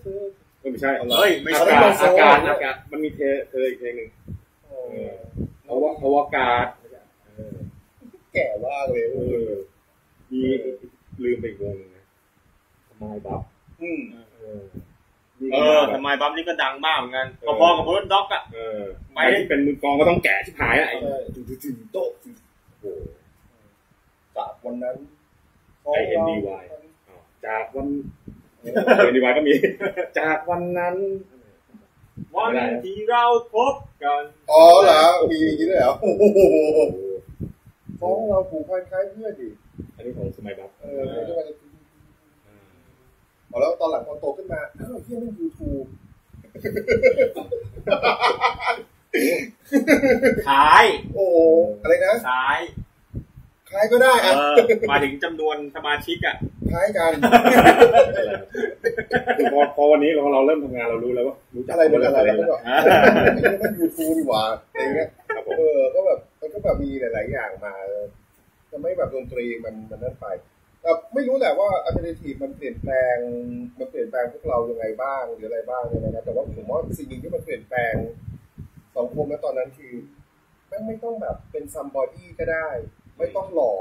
เธอ ก็ไม่ใช่ เอาละ เฮ้ย ไม่ใช่ เอ อากาศ เอา อา ละ กาศอากาศมันมีเธอเธออีกเพลงหนึ่ง โอ้ อวะอวกาศเออ แก่มากเลย เออมีลืมไปอีกวงหนึ่งนะสมายบัฟ อืม เออนี่ เอ ก็ อ แบ ทำ บ ไมบัมนี่ก็ดังมากเหมือนกันพอๆกับเบิร์ดด็อกอ่ะ เออ ไป ไปที่เป็นมือกลองก็ต้องแกะชิบหายอ่ะไอ้ ใช่ถึงถึงโต๊ะถึง โอ้โห จากวันนั้น INDY (laughs) จากวันเอ็นดีวายก็มี จากวันนั้น วันที่เราพบกัน อ๋อเหรอมีอย่างนี้ด้วยเหรอโอ้โหฟ้องเราผูกพันคล้ายเพื่อนดิ อันนี้ของสมัยบัฟ เออไม่ได้ว่าจะพอแล้วตอนหลังพอโตขึ้นมาอ้าวเฮียมันยูทูบ ขาย โอ้โหอะไรนะ ขาย คล้ายก็ได้ เอ อะ อมาถึงจำนวนสมาชิกอ่ะ คล้าย (laughs) กัน คือพอพอวันนี้เราเราเริ่มทำงานเรารู้แล้วว่ารู้จัก อะไรเป็นอะไรแล้วก็แบบ อ่า มันยูทูบนี่หว่าอะไรเงี้ย ครับผม เออก็แบบมันก็แบบมีหลาย ๆ อย่างมาทำให้แบบดนตรีมันมันนั่นไปแต่ไม่รู้แหละว่าอัลเทอร์เนทีฟมันเปลี่ยนแปลงมันเปลี่ยนแปลงพวกเรายังไงบ้างหรืออะไรบ้างเนี่ยนะแต่ว่าผมว่าสิ่งหนึ่งที่มันเปลี่ยนแปลงสังคมนะตอนนั้นคือแม่งไม่ต้องแบบเป็นซัมบอดี้ก็ได้ ไม่ต้องหล่อ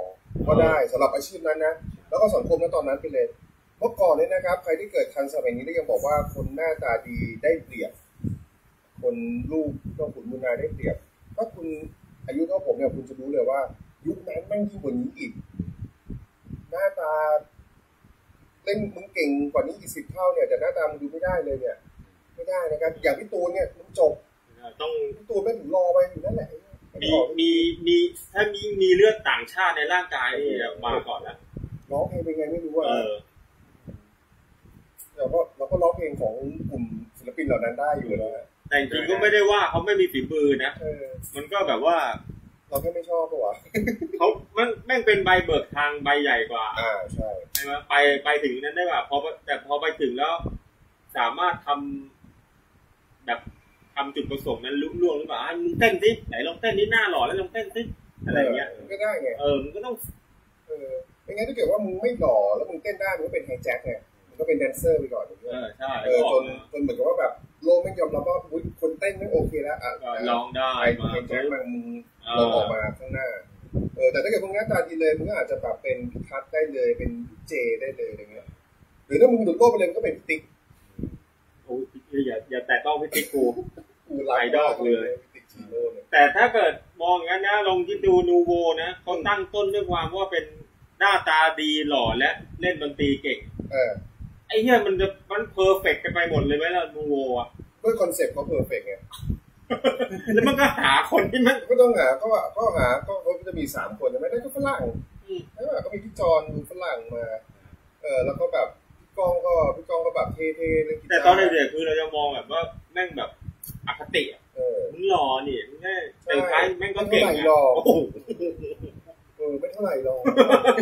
ก็ได้สำหรับอาชีพนั้นนะแล้วก็สังคมนะตอนนั้นไปเลย เมื่อก่อนเนี่ยนะครับ ใครที่เกิดทันสมัยนี้ก็ยังบอกว่าคนหน้าตาดีได้เปรียบ คนลูกเจ้าขุนมูลนายได้เปรียบ ถ้าคุณอายุเท่าผมเนี่ยคุณจะรู้เลยว่า ยุคนั้นแม่งยิ่งกว่านี้อีก หน้าตาเล่นมึงเก่งกว่านี้อีกสิบเท่าเนี่ยแต่หน้าตามึงดูไม่ได้เลยเนี่ย ไม่ได้นะครับ อย่างพี่ตูนเนี่ยมึงจบ ต้อง พี่ตูนไม่งถึงรอไปอยู่นั่นแหละ มีมีมีถ้ามีมีเลือดต่างชาติในร่างกายนี่มาก่อนนะ ร้องเพลงเป็นไงไม่รู้ เอ อ่ะ อ เราก็เราก็ร้องเพลงของกลุ่มศิลปินเหล่านั้นได้อยู่แล้วนะ แต่จริงๆก็ไม่ได้ว่าเขาไม่มีฝีมือนะ เออ มันก็แบบว่า เราแค่ไม่ชอบปะวะ เขาแม่งแม่งเป็นใบเบิกทางใบใหญ่กว่า อ่าใช่ ใช่ไหมไปไปถึงนั้นได้ว่าพอแต่พอไปถึงแล้ว สามารถทำแบบทำจุดประสงค์นั้นลุล่วงหรือเปล่าอ่ะมึงเต้นสิไหนลองเต้นนี่หน้าหล่อแล้วลองเต้นสิอะไรอย่างเงี้ย ก็ได้ไง เออมันก็ต้อง เออไม่งั้นถ้าเกิดว่ามึงไม่หล่อแล้วมึงเต้นได้มึงก็เป็นไฮแจ็คไงมึงก็เป็นแดนเซอร์ไปก่อนอย่างเงี้ เอย อใช่ เออจนจนเหมือนกับว่าแบบโลกไม่ยอมรับว่าอุ๊ยคนเต้นไม่โอเคแล้วอ่ะ ก็ลองได้ ไอ้ มา ไฮแจ็คมันมึง เอ ลองอ อ อกมาข้างหน้า เออแต่ถ้าเกิดมึงหน้าตาดีเลยมึงก็อาจจะแบบเป็นพิทัศน์ได้เลยเป็นเจได้เลยอะไรเงี้ยหรือถ้ามึงหลุดโลกไปเลยมึงก็เป็นติ๊ก โอ้ยอย่าอย่าแตะต้องพี่ติ๊กกู กูลาย ไอดอลเลย ติ๊กจีโร่เนี่ย แต่ถ้าเกิดมองอย่างนั้นนะลองคิดดูนูโวนะเขาตั้งต้นด้วยความว่าเป็นหน้าตาดีหล่อและเล่นดนตรีเก่ง เออ ไอ้เหี้ยมันจะมันเพอร์เฟกกันไปหมดเลยไหมล่ะนูโวอ่ะ ด้วยคอนเซ็ปต์เขาเพอร์เฟกไง แล้วมันก็หาคนที่มัน ก็ต้องหาก็ว่าก็หาก็เขาจะมีสามคนใช่ไหมได้ก็ฝรั่ง อืม เออก็มีพี่จอนดูฝรั่งมา เออ แล้วก็แบบพี่กองก็พี่กองก็แบบเท่ๆเล่นกีาร์ แต่ตอนเด็กๆคือเราจะมองแบบว่าแม่งแบบอคติอะ เออ มึงหล่อนี่มึงแม่แต่สุดท้ายแม่งก็เก่ง ไม่ อะ หล่อ โอ้โห เออ ไม่เท่าไหร่หรอก ผ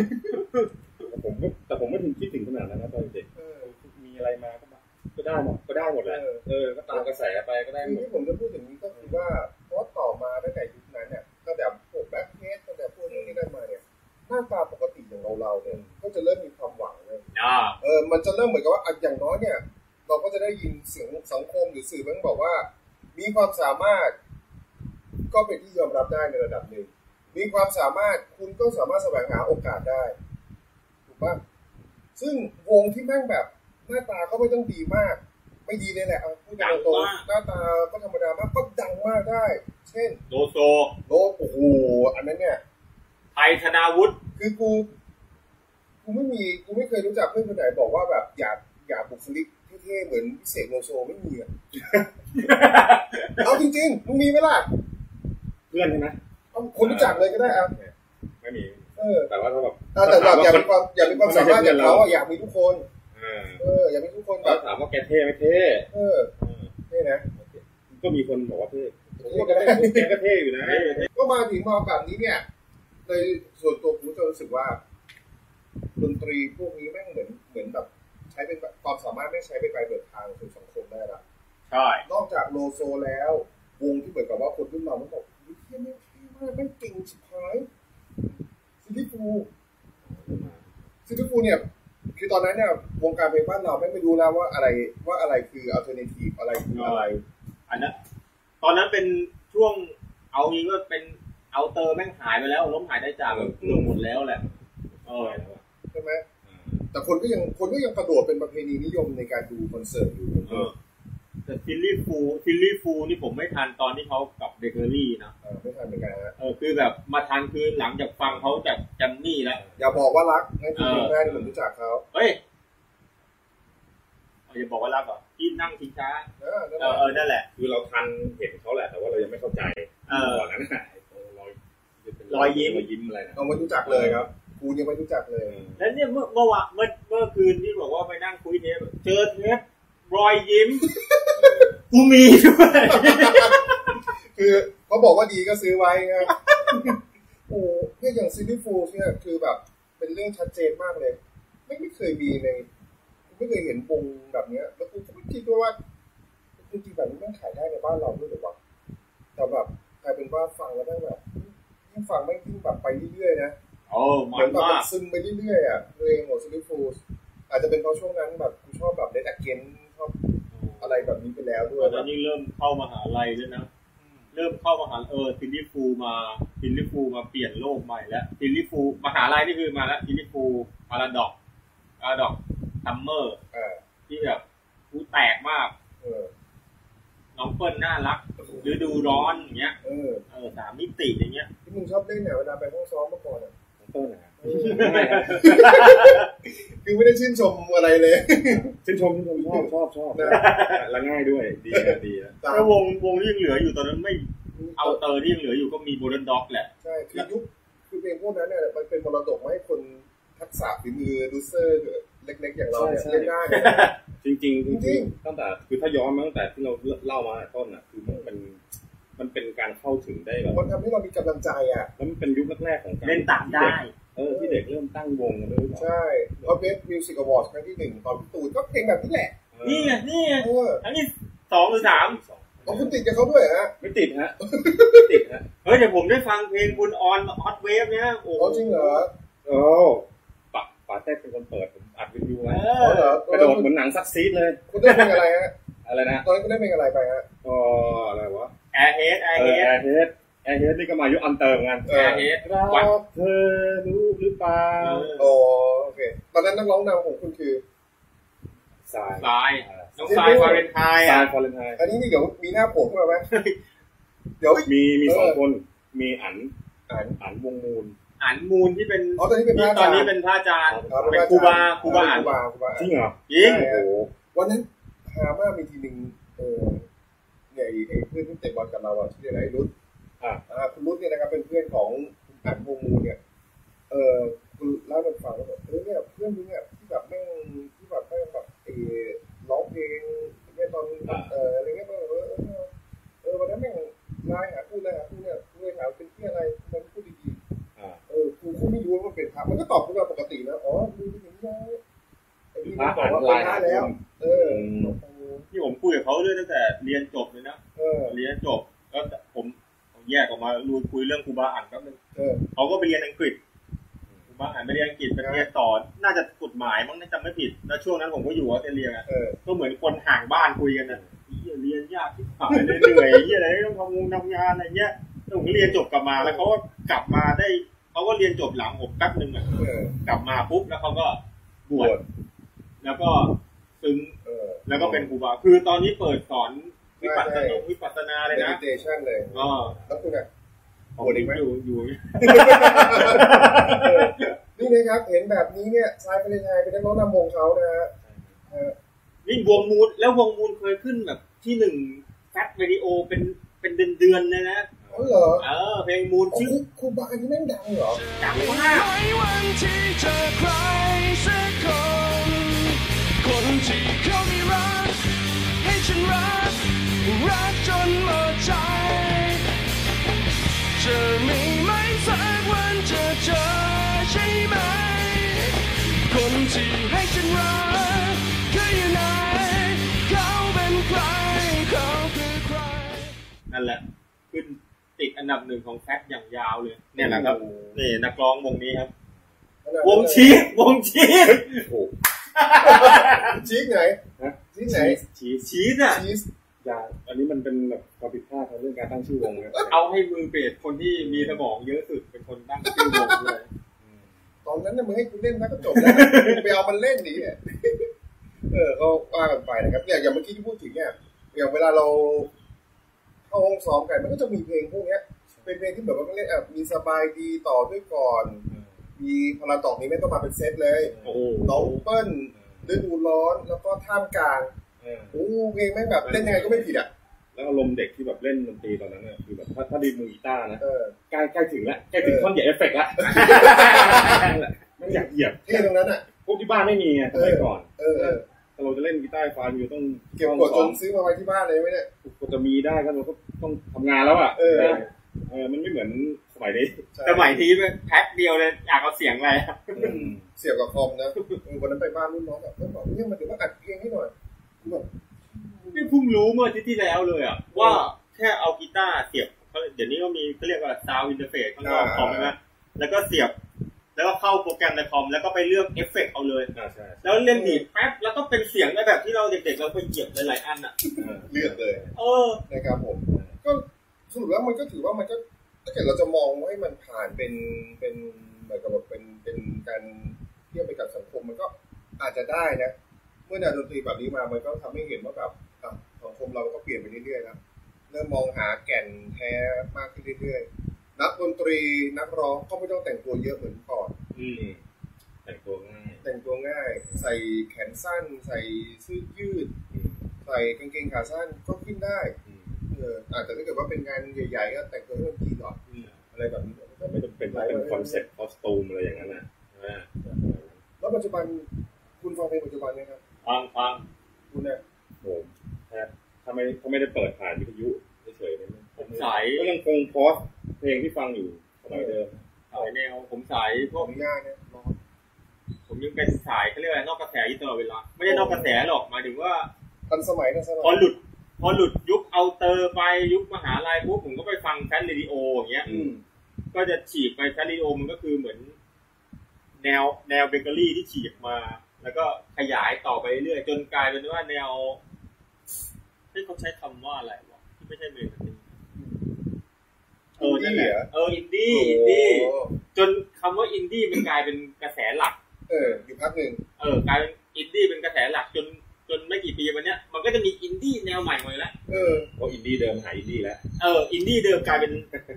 มก็แต่ผมไม่ถึงคิดถึงขนาดนั้นนะตอนเด็ก เออ มีอะไรมาก็มาก็ได้หมดก็ได้หมดแหละ เออ เออก็ตามกระแสไปก็ได้ คือ หมด ที่ผมจะพูดอย่างนี้ก็คือว่าเพราะต่อมาตั้งแต่ยุคนั้นเนี่ยตั้งแต่พวกแบ็คเฮดตั้งแต่พวกนี้นั่นมาเนี่ย หน้าตาปกติอย่างเราเราๆเนี่ยก็จะเริ่มมีความหวังเลย อ่า เออ มันจะเริ่มเหมือนกับว่าอ่ะอย่างน้อยเนี่ย เราก็จะได้ยินเสียงสังคมหรือสื่อมันบอกว่า มีความสามารถ ก็เป็นที่ยอมรับได้ในระดับหนึ่ง มีความสามารถคุณก็สามารถแสวงหาโอกาสได้ถูกปะซึ่งวงที่แม่งแบบหน้าตาก็ไม่ต้องดีมาก ไม่ดีเลยแหละเอาพูดตรงๆหน้าตาก็ธรรมดามากก็ดังมากได้ เช่น โลโซ โลกโอ้โหอันนั้นเนี่ย ไทยธนาวุฒิ คือกูกูไม่มีกูไม่เคยรู้จักเพื่อนคนไหนบอกว่าแบบอยากอยากบุคลิกเท่ๆเหมือนพิเศษโลโซไม่มีอะ เอาจริงๆมึงมีไหมล่ะ เพื่อนใช่ไหม เอาคนรู้จักเลยก็ได้อะ ไม่มี เออ แต่ว่าถ้าแบบ อ่าแต่แบบอยากมีความอยากมีความสามารถอย่างเขาอะอยากมีทุกคน เออ เอออยากมีทุกคนแบ แล้ว บ ถามว่าแกเท่ไหมเท่ เออ เออ นี่นะ ก็มีคนบอกว่าเท่ผมก็ได้ผมแกก็เท่อยู่นะ ก็มาถึงมาแบบนี้เนี่ยในส่วนตัวผมจะรู้สึกว่าดนตรีพวกนี้แม่งเหมือนเหมือนแบบ ใช้เป็นความสามารถไม่ใช้เป็นใบเบิกทางสู่สังคมได้ละ ใช่ นอกจากโลโซแล้ว วงที่เหมือนกับว่าคนรุ่นเรามันบอกเฮ้ยเหี้ยแม่งเท่มากแม่งเก่งชิบหายซิลิฟูซิลิฟูเนี่ย คือตอนนั้นเนี่ยวงการเพลงบ้านเราแม่งไม่รู้แล้วว่าอะไรว่าอะไรคืออัลเทอร์เนทีฟอะไรคืออะไร อันนั้นตอนนั้นเป็นช่วงเอาจริงก็เป็นเอาเตอร์แม่งหายไปแล้วล้มหายได้จากแบบลงหมดแล้วแหละเออ ใช่ไหมแต่คนก็ยังคนก็ยังกระโดดเป็นประเพณีนิยมในการดูคอนเสิร์ตอยู่ เออแต่ซิลลี่ฟูลซิลลี่ฟูลนี่ผมไม่ทันตอนที่เขากลับเบเกอรี่นะ เออไม่ทันเหมือนกันนะ เออคือแบบมาทันคือหลังจากฟังเขาจากแจัมมี่แล้ว อย่าบอกว่ารักนั่นคือ เออ เพลงแรกที่ผมรู้จักเขา เฮ้ยเอาอย่าบอกว่ารักเหรอที่นั่งทิ้งช้า เออนั่นแห เอ อเออนั่นแหละ คือเราทันเห็นเขาแหละ แต่ว่าเรายังไม่เข้าใจ เออ ก่อนนั้นน่ะไอ้ตรงรอย รอยยิ้ม รอยยิ้มอะไรนะ เราไม่รู้จักเลยครับ กูยังไม่รู้จักเลย แล้วเนี่ยเมื่อเมื่อวานเมื่อเมื่อคืนที่บอกว่าไปนั่งคุยเทปเจอเทปรอยยิ้มกูมีด้วย คือเขาบอกว่าดีก็ซื้อไว้นะ (laughs) โอ้โหเนี่ยอย่างซิตี้ฟูลเนี่ยคือแบบ เป็นเรื่องชัดเจนมากเลย ไม่ไม่เคยมีในกูไม่เคยเห็นวงแบบเนี้ย แล้วกูก็ไม่คิดด้วยว่าจริงๆแบบนี้แมันขายได้ในบ้านเราด้วยหรือวะแต่แบบกลายเป็นว่าฟังแล้วแม่งแบบยิ่งฟังไม่งยิ่งแบบไปเรื่อยๆนะ โอ้ เห มั มือน น แบบ มา มัน ก ซึมไปเรื่อยๆอ่ะตัวเองของซิตี้ฟูลอาจจะเป็นเพราะช่วงนั้นแบบกูชอบแบบเลดเกนชอบอะไรแบบนี้ไปแล้วด้วย ตอนนี้เริ่มเข้ามหาลัยแล้วนะ เริ่มเข้ามหาเออซินดี้ฟูลมาซินดี้ฟูลมาเปลี่ยนโลกใหม่แล้วซินดี้ฟูลมหาลัยนี่คือมาแล้วซินดี้ฟูลพาราดอกพาราดอกซัมเมอร์ อ่า ที่แบบกูแตกมาก เออ น้องเปิ้ลน่ารักฤดูร้อนอย่างเงี้ย เออ เออสามมิติอย่างเงี้ย ที่มึงชอบเล่นเนี่ยเวลาไปห้องซ้อมเมื่อก่อนอ่ะ ของต้นนะครับ เออคือไม่ได้ชื่นชมอะไรเลย ชื่นชมชื่นชมช (laughs) อบชอบชอบ นะ และง่ายด้วยดีนะดีนะ ตาม แล้ววงวงที่ยังเหลืออยู่ตอนนั้นไม่เอาเตอร์ที่ยังเหลืออยู่ก็มีโบลนด็อกแหละ ใช่คือยุคคือเพลงพวกนั้นเนี่ยมันเป็นมรดกมาให้คนทักษะฝีมือดูเซอร์เล็กๆอย่างเราเนี่ยเล่นได้เนี่ย จริงๆจริง จริง ๆตั้งแต่คือถ้าย้อนมาตั้งแต่ที่เราเล่ามาต้นน่ะ คือมันเป็นมันเป็นการเข้าถึงได้แบบ มันทำให้เรามีกำลังใจอ่ะ แล้วมันเป็นยุคแรกๆของการ เล่นต่างได้ เออที่เด็กเริ่มตั้งวงกันด้วยหรือเปล่า ใช่ออฟเบสมิวสิกอวอร์ดครั้งที่หนึ่งตอนพี่ตูนก็เพลงแบบนี้แหละ นี่ไงนี่ไง เออ ทั้งที่สองหรือสาม เอาคุณติดกับเขาด้วยฮะ ไม่ติด (laughs) ฮะไม่ติดฮะ เฮ้ยแต่ผมได้ฟังเพลงคุณออนฮอตเวฟเนี่ยโอ้โห เขาจริงเหรอ โอ้ปะปาเต้เป็นคนเปิดผมอัดวิดีโอไว้ เอ เขา อ เหรอก ระโดดเหมือนหนังซักซีดเลย คุณได้เพลงอะไรฮะ อะไรนะ ตอนนั้นคุณได้เพลงอะไรไปฮะ อ๋ออะไรวะ แอร์เฮดแอ แอ ร์ร์เฮดเฮดแอร์เฮดนี่ก็มายุคอันเติมงาน เออแอร์เฮด รั วัน กเธอรู้หรือเปล่า โอ้โอเคตอนนั้นนักร้องนำของคุณคือ สาย ทรายน้องทรายฟาเรนไฮน์ สา อ่ะ ยฟอร์เรนไฮ อันนี้นี่เดี๋ยวมีหน้าผมมาไหมเดี๋ยว มีมีสองคน มีอัน อ่าน อันวงมูล อันมูลที่เป็น อ๋อตอนนี้เป็นพระอาจาน รย์ที่ตอนี้เป็นพระอาจารย์ ครับ เป็นครูบาครูบา ครูบาครูบา จริงเหรอ จริง โอ้โห วันนั้นฮามากมีทีหนึ่งเออเนี่ยไอ้ไอ้เพื่อนที่เตะบอลกับเราอ่ะชื่ออะไรรุ่น อ่ะ อ่าคุณรุ่นเนี่ยนะครับเป็นเพื่อนของคุณอันวงมูลเนี่ย เออคุณเล่าให้ฟังว่าแบบเออเนี่ยเพื่อนมึงเนี่ยที่แบบแม่งที่แบบแม่งแบบไอ้ร้องเพลงเนี่ยตอนเอออะไรเงี้ยแบบเออเออเออวันนั้นแม่งไลน์หากูเลยหากูเนี่ยกูเลยถามเป็นที่อะไรมันพูดดีๆ อ่ะ เออกูก็ไม่รู้ว่ามันเป็นพระมันก็ตอบกูมาปกตินะอ๋อดูเป็นอย่างนี้นะไอ้พี่ พระ บอ อั ก น ว่า ลาย เป็นพ หา ระ แล้ แล้ว ว เออ ที่ผมคุยกับเขาด้วยตั้งแต่เรียนจบเลยนะ เออ เรียนจบก็ผมผมแยกออกมารูนคุยเรื่องครูบาอ่านแป๊บนึง เออ เขาก็ไปเรียนอังกฤษครูบาอ่านไปเรียนอังกฤษไปเรียนต่อน่าจะกฎหมายมั้งน่าจะไม่ผิด แล้วช่วงนั้นผมก็อยู่ออสเตรเลียไง เออ ก็เหมือนคนห่างบ้านคุยกันน่ะเหี้ยเรียนยากที่ผ่านเลยเหนื่อยเหี้ยอะไรต้องทำงานทำงานอะไรเงี้ยแล้วผมก็เรียนจบกลับมาแล้วเขาก็กลับมาได้เขาก็เรียนจบหลังผมแป๊บนึงอ่ะ เออก ลับมาปุ๊บแล้วเขาก็บวชแล้วก็ซึ้ง เออ แล้วก็เป็นครูบาคือตอนนี้เปิดสอนวิปัสสนาวิปัสสนาเลย เม นะ ดิเทชันเลย ก็ แล้วคุณอ่ะ โหดอีกไหมอยู่อยู่ นี่นะครับ เห็นแบบนี้เนี่ยชายเป็นยังไงเป็นนักร้องนำวงเขานะฮะเออ นี่วงมูลแล้ววงมูลเคยขึ้นแบบที่หนึ่งแฟตวิดีโอเป็นเป็นเดือนเดือนๆเลยนะ อ๋อเหรอ เออเพลงมูล อ๋อ ชื่อ ครูบาอันนี้แม่งดังเหรอ ดัง ไม่ มาก วันที่เจอใครสักคน คนที่เขาไม่รัก ให้ฉันรัก รักจนหมดใจ จะมีไหมสักวันจะเจอใช่ไหม คนที่ให้ฉันรักคืออยู่ไหน เขาเป็นใคร เขาคือใคร นั่นแหละ ขึ้นติดอันดับหนึ่งของแฟตอย่างยาวเลย เนี่ยแหละครับนี่นักร้องวงนี้ครับ ขนาดนั้นเลยว งชีสวงชีส โอ้โห ชีสไหน ฮะ ชีสไหน ชีส ชีสอ่ะ ชีส ยาอันนี้มันเป็นแบบความผิดพลาดทางเรื่องการตั้งชื่อวงนะ เอาให้มือเบสคนที่มีสมองเยอะสุดเป็นคนตั้งชื่อวงเลย ตอนนั้นน่ะมึงให้กูเล่นนะก็จบแล้วไปเอามันเล่นดิเนี่ยเออก็ว่ากันไปนะครับเนี่ยอย่างเมื่อกี้ที่พูดถึงเนี่ย อย่างเวลาเราเข้าห้องซ้อมกันมันก็จะมีเพลงพวกเนี้ย เป็นเพลงที่แบบว่าเล่นอ่ะมีสบายดีต่อด้วยก่อน มีพลาตอกนี้ไม่ต้องมาเป็นเซตเลย โอ้โห น้องเปิ้ลฤดูร้อนแล้วก็ท่ามกลาง เอ เออ โอ้เพลงแม่งแบบเล่นยังไงก็ไม่ผิดอ่ะ แล้วอารมณ์เด็กที่แบบเล่นดนตรีตอนนั้นเนี่ยคือแบบถ้าถ้าดีมือกีตาร์นะ เออ ใกล้ใกล้ถึงแล้วใกล้ถึง เออ ท่อนใหญ่เอฟเฟกต์แล้วไม่อยากเหยียบ เท่ตรงนั้นอ่ะ พวกที่บ้านไม่มีไงสมัยก่อน เออเออ ถ้าเราจะเล่นกีตาร์ไฟฟ้ามันอยู่ต้อง เก็บกดจนซื้อมาไว้ที่บ้านเลยไหมเนี่ย กว่าจะมีได้ก็เราก็ต้องทำงานแล้วอ่ะ เออ นะเออมันไม่เหมือนสมัยนี้ ใช่ สมัยนี้มันแพ็คเดียวเลยอยากเอาเสียงอะไรอะ เสียบกับคอมนะเออวันนั้นไปบ้านรุ่นน้องแบบเพื่อนบอกเนี่ยมันเดี๋ยวมาอัดเพลงให้หน่อยกูแบบ นี่เพิ่งรู้เมื่ออาทิตย์ที่แล้วเลยอ่ะว่าแค่เอากีตาร์เสียบเขาเดี๋ยวนี้ก็มีเขาเรียกว่าซาวอินเทอร์เฟซข้างนอกคอมใช่ไหมแล้วก็เสียบ แล้วก็เข้าโปรแกรมในคอมแล้วก็ไปเลือกเอฟเฟกต์เอาเลย อ่าใช่ แล้วเล่นดีดแป๊บแล้วก็เป็นเสียงในแบบที่เราเด็กๆเราไปเหยียบหลายๆอันอ่ะ เออ เลือกเลย เออ นะครับผม ก็สรุปแล้วมันก็ถือว่ามันก็ถ้าเกิดเราจะมองว่าให้มันผ่านเป็นเป็นเหมือนกับแบบเป็นเป็นการเทียบไปกับสังคมมันก็อาจจะได้นะ เมื่อแนวดนตรีแบบนี้มามันก็ทำให้เห็นว่าแบบอ่ะสังคมเราก็เปลี่ยนไปเรื่อยๆนะเริ่มมองหาแก่นแท้มากขึ้นเรื่อยๆนักดนตรีนักร้องก็ไม่ต้องแต่งตัวเยอะเหมือนก่อน อืมแต่งตัวง่าย แต่งตัวง่าย ใส่แขนสั้น ใส่เสื้อยืด อืม ใส่กางเกงขาสั้นก็ขึ้นได้ อืม เอออ่ะแต่ถ้าเกิดว่าเป็นงานใหญ่ๆก็แต่งตัวให้มันดีหน่อยอะไรแบบนี้ก็ไม่ ไม่จำเป็นต้องเป็นคอนเซ็ปต์คอสตูมอะไรอย่างนั้นนะใช่ไหม แล้วปัจจุบันคุณฟังเพลงปัจจุบันไหมครับ ฟังฟัง คุณเนี่ย โหแทบถ้าไม่ถ้าไม่ได้เปิดผ่านวิทยุเฉยๆเนี่ย ผมสาย ก็ยังคงโพสต์เพลงที่ฟังอยู่สมัยเดิม สายแนวผมสายพ ข ว อก อนุญาตนะร้อน ผมยังเป็นสายเขาเรียกอะไรนอกกระแสอยู่ตลอดเวลา ไม่ได้นอกกระแสหรอกหมายถึงว่า ทันสมัยทันสมัย พอหลุด พอหลุดยุคเอาเตอร์ไปยุคมหาลัยปุ๊บผมก็ไปฟังแคทเรดิโออย่างเงี้ย อืม ก็จะฉีกไปแคทเรดิโอมันก็คือเหมือน แนวแนวเบเกอรี่ที่ฉีกมา แล้วก็ขยายต่อไปเรื่อยจนกลายเป็นว่าแนวที่เขาใช้คำว่าอะไรวะที่ไม่ใช่เมทัลเออนั่นแหละเอออินดี้อินดี้ โอ้ จนคำว่าอินดี้มันกลายเป็นกระแสหลัก เออ อยู่พักหนึ่ง เออกลายเป็นอินดี้เป็นกระแสหลักจนจนไม่กี่ปีมาเนี้ยมันก็จะมีอินดี้แนวใหม่หมดแล้ว เออ เพราะอินดี้เดิมหายอินดี้แล้ว เอออินดี้เดิมกลายเป็น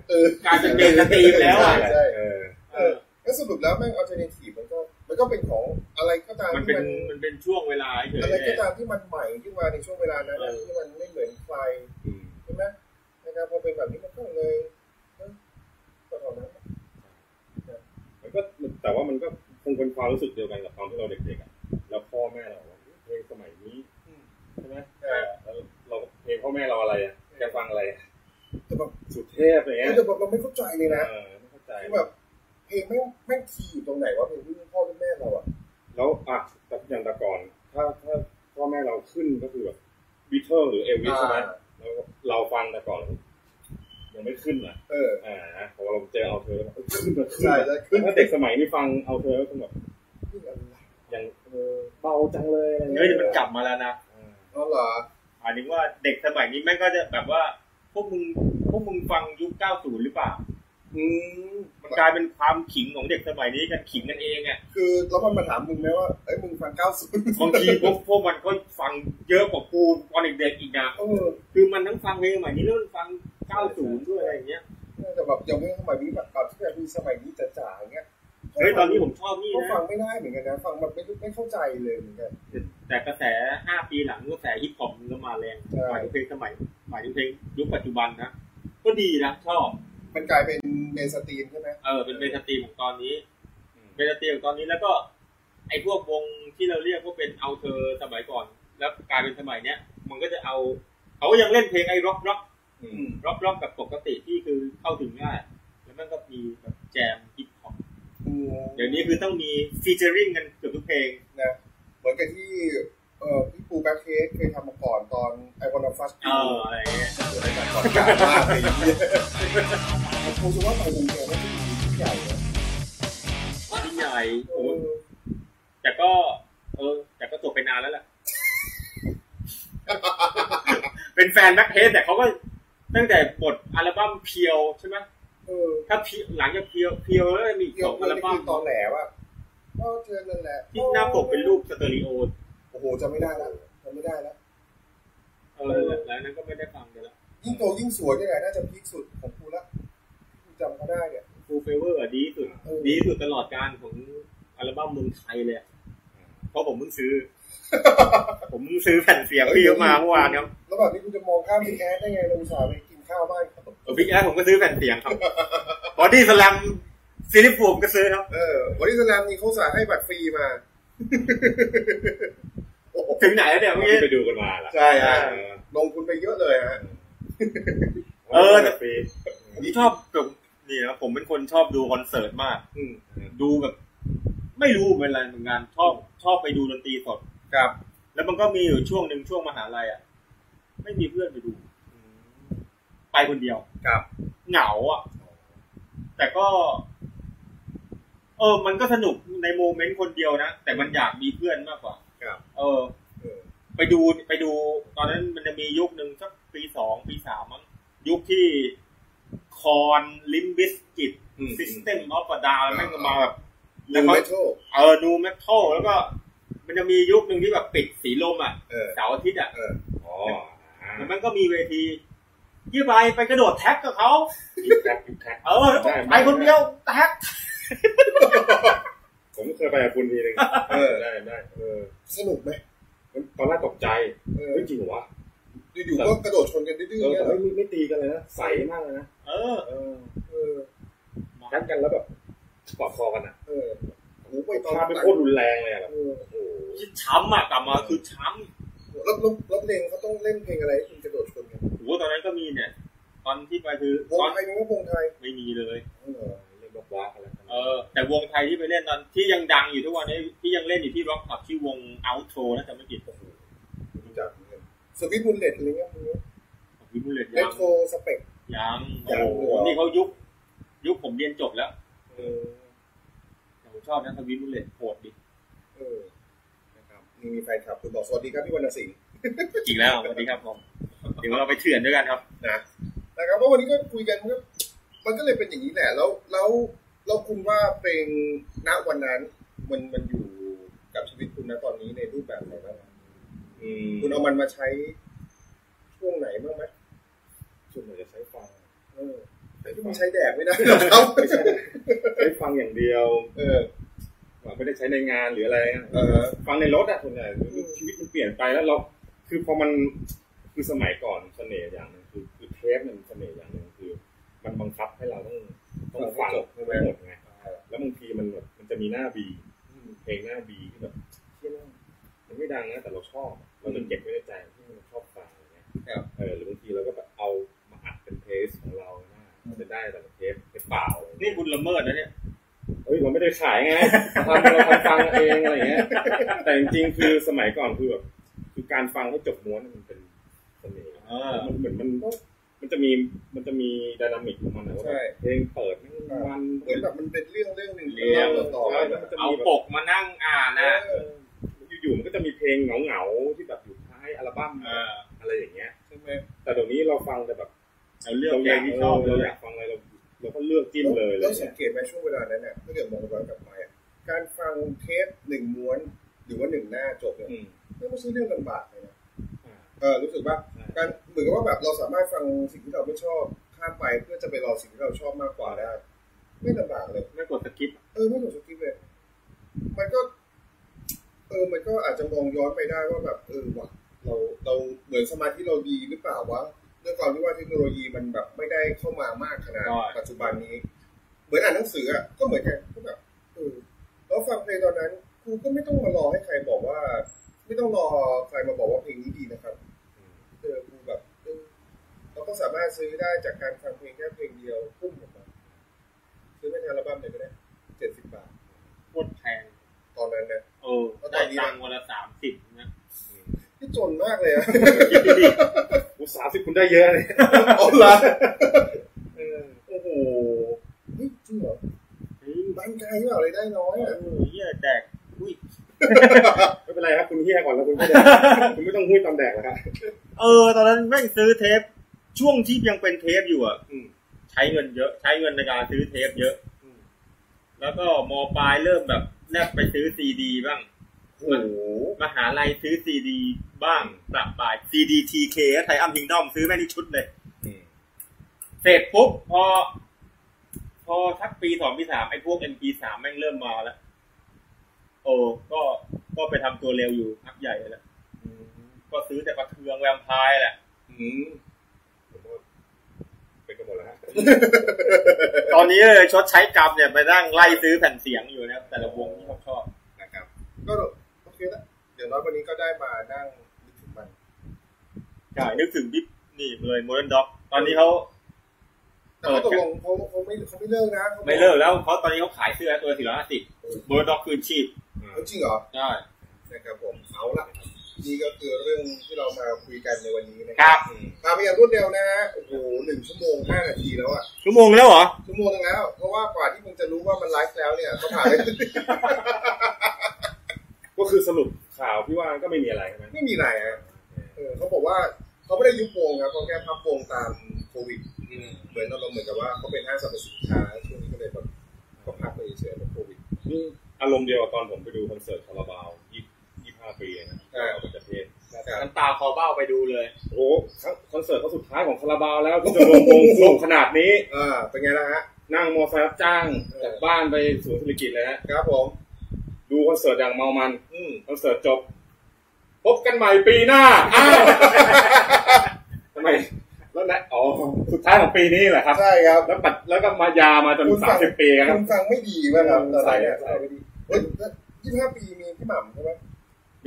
เออก ลายเป็นเพลงสตรีมแล้วอะ ใช่ใช่ เออ เออ แล้วสรุปแล้วแม่งอัลเทอร์เนทีฟมันก็มันก็เป็นของอะไรก็ตาม มัน ที่ เป็น มัน มันเป็นช่วงเวลาเฉย อะไรก็ ๆ ตามที่มันใหม่ขึ้นมาในช่วงเวลานั้นอะ เออ ที่มันไม่เหมือนใคร อืม ใช่ไหมนะครับพอเป็นแบบนี้มันก็เลยนะก็ตอนนั้น มันก็มันแต่ว่ามันก็คงเป็นความรู้สึกเดียวกันกับตอนที่เราเด็กๆอ่ะแล้วพ่อแม่เราบอกว่าเพลงสมัยนี้ใช่ไหม เออ แล้วเราเพลงพ่อแม่เราอะไรอ่ะแกฟังอะไรอะ แต่แบบ สุดเทพอะไรเงี้ย แต่แบบเราไม่เข้าใจเลยนะ เออไม่เข้าใจ คือแบบเพลงแม่งแม่งคีย์อยู่ตรงไหนวะเพลงที่พ่อเป็นแม่เราอ่ะ แล้วอ่ะแต่อย่างแต่ก่อน ถ้าถ้าพ่อแม่เราขึ้นก็คือแบบบีเทิลหรือเอลวิสใช่ไหมแล้วเราฟังแต่ก่อน ยังไม่ขึ้นอ่ะ เออ อ่าพอเราเจอเอาเธอแล้วมันขึ้นมาขึ้น ใช่ มา ใช่ขึ้น ถ้าเด็กสมัยนี้ฟังเอาเธอก็คงแบบ นี่อะไร ยังเออเบาจังเลยอะไร เฮ้ เงี้ ย ย มันกลับมาแล้วนะ อ่า อ๋อเหรอ หมายถึงว่าเด็กสมัยนี้แม่งก็จะแบบว่า พวกมึงพวกมึงฟังยุค 90 หรือเปล่า อืม มันกลายเป็นความขิงของเด็กสมัยนี้กันขิงกันเองอ่ะ คือแล้วมันมาถามมึงไหมว่าไอ้ยมึงฟังเก้าสิบบ างทีพวกพวกมันก็ฟังเยอะกว่ากูตอนเด็กๆอีกนะ เออ คือมันทั้งฟังเพลงสมัยนี้แล้วมันฟัง 90 ด้วยอะไรอย่างเงี้ย แต่แบบอย่างเมื่อสมัยนี้แบบกับที่แบบมีสมัยนี้จ๋าๆอย่างเงี้ย เฮ้ยตอนนี้ผมชอบนี่ ก็ฟั นะ งไม่ได้เหมือนกันนะฟังแบบไม่ไม่เข้าใจเลยเหมือนกัน แต่กระแส 5 ปีหลังกระแสฮิปฮอปมันก็มาแรง ใช่ หมายถึงเพลงสมัยหมายถึงเพลงยุคปัจจุบันนะก็ดีนะชอบ มันกลายเป็นเมนสตรีมใช่ไหม เออเป็นเบตาตีมของตอนนี้เบตาตีมของตอนนี้แล้วก็ ไอ้พวกวงที่เราเรียกว่าเป็นเอาเธอสมัยก่อน แล้วกลายเป็นสมัยเนี้ยมันก็จะเอาเขาก็ยังเล่นเพลงไอ้ร็อกร็อก อื อื ม ม ร็อกร็อกแบบปกติที่คือเข้าถึงง่าย แล้วมันก็มีแบบแจมฮิปฮอป อืม เดี๋ยวนี้คือต้องมีฟีเจอริงกันเกือบทุกเพลง นะเหมือนกับที่เอ่อพี่ปูแบ็คเคสเคยทำมาก่อนตอนไอวอนฟัส เอออะไรเงี้ย รายการก่อนการมากเลยเนี่ยผมคิดว่าไปวงแกว่าที่ใหญ่นะ ที่ใหญ่ เอ โอ้ อ แต่ก็ เออ แต่ก็จบไปนาน (laughs) แล้วล่ะ เป็นแฟนแบ็คเฮดแต่เขาก็ตั้งแต่บทอัลบั้มเพียวใช่ไหม เออ ถ้าเพียวหลังจากเพียวเพียวแล้วมีอีก เกี่ย ส ว อง กั อั บ ล นี่ บั้ คื ม อตอนแหลว่ะก็เจอนั่นแหละ ที่หน้าปกเป็นรูปสเตอริโอ โอ้โหจำไม่ได้ละจำไม่ได้ละ เออแล้วนั้นก็ไม่ได้ฟังกันแล้ว ยิ่งโตยิ่งสวยนี่แหละน่าจะพีคสุดของกูละกูจำเขาได้เนี่ย ฟูเฟเวอร์อะดีที่สุด เออ ดีที่สุดตลอดการของอัลบั้มเมืองไทยเลยอะเพราะผมเพิ่งซื้อ (laughs) ผมซื้อแผ่นเสียงพี่มาเมื่อวานครับ แล้วแบบนี้กูจะมองข้ามพี่แอดได้ไงเราอุตส่าห์ไปกินข้าวบ้านเขา เออบิ๊กแอสผมก็ซื้อแผ่นเสียง (laughs) ครับบอดี้สแลมซีรีส์ผมก็ซื้อครับ เออวันนี้สนามนี้เขาอุตสาห์ให้บัตรฟรีมา โอ้โห ถึงไหนแล้วเนี่ยเมื่อกี้ ที่ไปดูกันมาล่ะ ใช่ฮะ ลงทุนไปเยอะเลยฮะ เออ แบบปี ผมชอบแบบนี่นะผมเป็นคนชอบดูคอนเสิร์ตมาก อืม ดูแบบ ไม่รู้เป็นอะไรเหมือนกันชอบชอบไปดูดนตรีสด ครับ แล้วมันก็มีอยู่ช่วงหนึ่งช่วงมหาลัยอ่ะ ไม่มีเพื่อนไปดู ไปคนเดียว ครับ เหงาอ่ะ แต่ก็ เออ มันก็สนุกในโมเมนต์คนเดียวนะ แต่มันอยากมีเพื่อนมากกว่า ครับ เออ เออ ไปดูไปดู ตอนนั้นมันจะมียุคหนึ่งสักปีสองปีสามมั้งยุคที่คอนลิมบิสกิต อืม ซิสเต็มออฟดาว อ่า แม่งก็มาแบบ ดู แล้วก็ เมทัล เออนูเมทัลแล้วก็ มันจะมียุคหนึ่งที่แบบปิดสีลมอ่ะ เออ เสาร์อาทิตย์อ่ะ เออ อ๋อ แล้วมันก็มีเวทียี่ไปไปกระโดดแท็กกับเขา ยุคแท็กยุคแท็ก เออแล้วก็ ได้ ไปคนเดียวแท็ก ผมเคยไปกับคุณทีหนึง เออ ได้ได้เออ สนุกไหม ตอนแรกตกใจ เออ เฮ้ยจริงเหรอวะ อยู่ๆก็กระโดดชนกันดื้อๆเออ เนี่ย แต่ เหร ไม่ อ ไม่ไม่ตีกันเลยนะใสมากเลยนะ เออ เออ เออ ทักกันแล้วแบบกอดคอกันอ่ะ เออโอ้โหไปตอน ภาพเป็นโคตรรุนแรงเลยอะแบบ เออ โอ้โห ช้ำอ่ะกลับมาคือช้ำ แล้วแล้วแล้วเพลงเขาต้องเล่นเพลงอะไรถึงกระโดดชนกัน โอ้โหตอนนั้นก็มีเนี่ย ตอนที่ไปคือ ว ตอง น ไทยมันก็วงไทย ไม่มีเลย เออ เล่นบล็อกว้ากันแล้ว เออ แต่วงไทยที่ไปเล่นตอนที่ยังดังอยู่ทุกวันนี้ที่ยังเล่นอยู่ที่ร็อกผับที่วงเอาโทนะจำไม่ผิด รู้จักเหมือนกันสวิตบุลเลตอะไรเงี้ยมึงเนี่ย วิบูลเลต เอ็ ยั ก ง โทสเปก ยัง ยั โอ้ ง โหนี่เขายุค ยุคผมเรียนจบแล้ว เออ แต่ผมชอบนะทวิบูลเลตโหดดิ เออนะครับนี่มีแฟนคลับคุณบอกสวัสดีครับพี่วรรณสิงห์ อีกแล้วสวัสดีครับผมเดี๋ยวเราไปเถื่อนด้วยกันครับ นะนะครับเพราะวันนี้ก็คุยกันมันก็มันก็เลยเป็นอย่างนี้แหละ แล้วแล้วแล้วคุณว่าเพลงณวันนั้นมันมันอยู่กับชีวิตคุณนะตอนนี้ในรูปแบบไหนบ้างครับ อืม คุณเอามันมาใช้ช่วงไหนบ้างไหม ช่วงไหนจะใช้ฟัง เออแต่ที่มันใช้แดกไม่ได้หรอกครับ (laughs) ไม่ใช่ใช้ฟัง (laughs) อย่างเดียว เออ แบบไม่ได้ใช้ในงานหรืออะไรนะ เออฮะ ฟังในรถอะส่วนใหญ่ชีวิตมันเปลี่ยนไปแล้วเรา คือพอมันคือสมัยก่อนเสน่ห์อย่างหนึ่งคือคือเทปเนี่ยมันเสน่ห์อย่างหนึ่งคือ มันบังคับให้เราต้องต้องฟัฟังงให้จบใช่ไหม ให้หมดไง แล้วบางทีมันแบบมันจะมีหน้าบีเพลงหน้าบีที่แบบเชี่ยแม่งมันไม่ดังนะแต่เราชอบอะเราจะเก็บไว้ในใจที่มันชอบฟังอะไรเงี้ย ครับ เออหรือบางทีเราก็แบบเอามาอัดเป็นเพลงของเราหน้ามันจะได้แต่ละเทปเป็นเปล่าอะไร นี่ เงี้ย คุณละเมิดนะเนี่ย เฮ้ยเราไม่ได้ขายไงทำเราทำฟังเองอะไรเงี้ยแต่จริงๆคือสมัยก่อนคือแบบคือการฟังให้จบม้วนมันเป็นเสน่ห์ เออ มันเหมือนมันมันจะมีมันจะมีไดนามิกของมันนะว่า ใช่ แบบเพลงเปิดมันมัน เหมือนแบบมันเป็นเรื่องเรื่องหนึ่ง เรื่อง เล่าต่อ แล้ว กั มัน นจะ เอา มีแบ ป บ กมานั่งอ่านนะ เออ อยู่ๆมันก็จะมีเพลงเหงาๆที่แบบอยู่ท้ายอัลบั้ม เออ อะไรอย่างเงี้ย ใช่ไหม แต่เดี๋ยวนี้เราฟังแต่แบบ เอาเลือกเพลงที่ชอบเล เรา ย อยากฟังอะไรเราเราก็เลือกจิ้มเลยอะไร แล้วสั เงี้ ง ย เกตไหมช่วงเวลานั้นเนี่ยถ้าเกิดมองย้อนกลับไปอะการฟังเทปหนึ่งม้วน หรือว่าหนึ่งหน้าจบเนี่ย อืม ไม่ใช่เรื่องลำบากเลยนะ อ่า เออรู้สึกว่า ใช่ การเหมือนกับว่าแบบเราสามารถฟังสิ่งที่เราไม่ชอบข้ามไปเพื่อจะไปรอสิ่งที่เราชอบมากกว่าได้ไม่ลำบากเลย ไม่กดสกิป เออไม่ถูกสคริปต์เลย มันก็ เออ มันก็อาจจะมองย้อนไปได้ว่าแบบ เออว่ะเราเราเหมือนสมาธิเราดีหรือเปล่าวะด้วยความที่ว่าเทคโนโลยีมันแบบไม่ได้เข้ามามากขนาดปัจจุบันนี้ เหมือนอ่านหนังสืออ่ะก็เหมือนกันก็แบบเออแล้วฟังเพลงตอนนั้นกูก็ไม่ต้องมารอให้ใครบอกว่า ไม่ต้องรอใครมาบอกว่าเพลงนี้ดีนะครับเออกูแบบเออเราก็สามารถซื้อได้จากการฟังเพลงแค่เพลงเดียวพุ่มออกมาซื้อไม่ทันอัลบั้มเลยก็ได้เจ็ดสิบบาท โคตรแพง ตอนนั้นนะ เออได้ตังค์วันละสามสิบนะ ที่จนมากเลยอะ (laughs) อุตสาห์สิคุณได้เยอะเลย เอาละโอ้โหเฮ้ยจริงเหรอ เฮ้ย บ้านไกลหรือเปล่าเลยได้น้อย เอ อะ อเหี้ยแดกอุ้ย ไม่เป็นไรครับคุณเฮียก่อนแล้วคุณ (laughs) ก็ได้คุณไม่ต้องหุ้ยตำแดกแล้วครับ เออ ตอนนั้นแม่งซื้อเทป ช่วงที่ยังเป็นเทปอยู่อ่ะ อืม ใช้เงินเยอะ ใช้เงินในการซื้อเทปเยอะ แล้วก็มปลายเริ่มแบบแนบไปซื้อซีดีบ้าง โอ้โห มหาลัยซื้อซีดีบ้างปรับปลายซีดีทีเคไทยอัมพิงดอมซื้อแม่งนี่ชุดเลย เสร็จปุ๊บพอ พอทักปีสองปีสามไอ้พวก MP3 แม่งเริ่มมาแล้ว โอ้ก็ ก็ ก็ไปทำตัวเร็วอยู่พักใหญ่แล้วก็ซื้อแต่ประเทืองแวมไพร์แหละ อืมผมว่าเป็นกันหมดแล้วฮะ ตอนนี้เลยชดใช้กรรมเนี่ยไปนั่งไล่ซื้อแผ่นเสียงอยู่นะครับแต่ละวงที่เขาชอบ นะครับ ก็โอเคละเดี๋ยวน้อยวันนี้ก็ได้มานั่งนึกถึงมัน ใช่นึกถึงบิ๊บนี่เลยโมเดิร์นด็อก ตอนนี้เขา แต่เขาตกลงเขาเขาไม่เขาไม่เลิกนะขาบอ ไม่เลิกแล้วเขาตอนนี้เขาขายเสื้อตัวสี่ร้อยห้าสิบโมเดิร์นด็อกคืนชีพ เออจริงเหรอ ใช่ นะครับผมเอาละนี่ก็คือเรื่องที่เรามาคุยกันในวันนี้นะ ค ครัรับ ตามไปอย่างรวดเร็วนะฮะโอ้โหหนึ่งชั่วโมงห้านาทีแล้วอะ ชั่วโมงแล้วเหรอ ชั่วโมงหนึงแล้ว เพราะว่ากว่าที่มึงจะรู้ว่ามันไลฟ์แล้วเนี่ยก็ผ่านไป ก็คือสรุปข่าวพี่ว่าก็ไม่มีอะไรใช่ไหม ไม่มีอะไรฮะเออเขาบอกว่าเขาไม่ได้ยุบวงครับเขาแค่พับวงตามโควิดเหมือนเราเหมือนกับว่าเขาเป็นห้างสรรพสินค้าช่วงนี้ก็เลยแบบก็พักไปเฉยๆเพราะโควิด นี่อารมณ์เดียวกับตอนผมไปดูคอนเสิร์ตคาราบาวยี่ยี่ห้าปีนะ ใช่ ออกมาจากประเทศ นะครับ น้ำตาคอเบ้าไปดูเลย โอ้โหคอนเสิร์ตเขาสุดท้ายของคาราบาวแล้วที่จะลงวงลงขนาดนี้ อ่าเป็นไงล่ะฮะ นั่งมอไซค์รับจ้างจากบ้านไปศูนย์ธุรกิจเลยฮะ ครับผม ดูคอนเสิร์ตอย่างเมามัน อืม คอนเสิร์ตจบ พบกันใหม่ปีหน้า (laughs) อ้าวทำไมแล้วนะอ๋อ สุดท้ายของปีนี้แหละครับ ใช่ครับ แล้วปัดแล้วก็มายามาจน คุณ สา ฟั ม ง สิบปีครับ คุณฟังไม่ดีมากครับตอน ใส่ นี้ ใส่ ไม่ดีเฮ้ยยี่ห้าปีมีพี่หม่ำใช่ไหม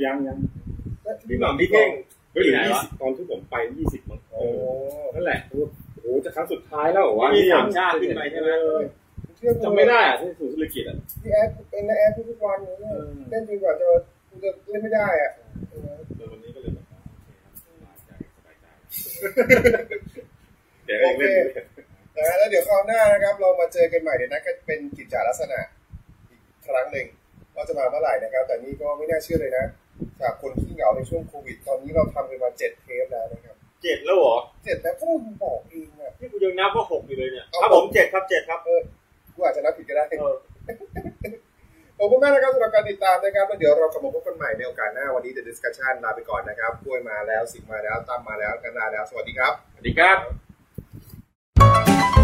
ยังยัง พี่ห หม่ำ ม่ำ พี่ พี่ เท่ เท่งก็องยู่ ปีไหน ยี่ วะ สิบตอนที่ผมไปยี่สิบมั้ง โอ้ นั่นแหละโอ้โหจะครั้งสุดท้ายแล้วเหรอวะ มีสามชาติขึ้นไปใช่ไหม เออ เชื่อ จำไม่ได้อะที่ศูนย์ธุรกิจอ่ะ พี่แอดเองนะแอดทุกวันเลยเนี่ยเล่นจริงกว่าจะกูจะเล่นไม่ได้อ่ะเออ แต่วันนี้ก็เลยแบบว่าโอเคครับสบายใจสบายใจ (laughs) เดี๋ยวเองเล่นอยู่เนี่ย นะฮะแล้วเดี๋ยวคราวหน้านะครับ เรามาเจอกันใหม่เดี๋ยวนัดกันเป็นกิจจาลักษณะอีกครั้งหนึ่งว่าจะมาเมื่อไหร่นะครับ แต่นี่ก็ไม่น่าเชื่อเลยนะจากคนที่เหงาในช่วงโควิด ตอนนี้เราทำกันมาเจ็ดเทปแล้วนะครับ เจ็ดแล้วเหรอ เจ็ดแล้วก็มึงบอกเองอ่ะ นี่กูยังนับว่าหกอยู่เลยเนี่ย เอา ครับผมเจ็ดครับเจ็ดครับ เออกูอาจจะนับผิดก็ได้ เออ ขอบคุณมากนะครับสำหรับการติดตามนะครับแล้วเดี๋ยวเรากลับมาพบกันใหม่ในโอกาสหน้าวันนี้ The Discussion ลาไปก่อนนะครับกล้วยมาแล้วสิงห์มาแล้วตั้มมาแล้วกันลาแล้ว สวัสดีครับ สวัสดีครับ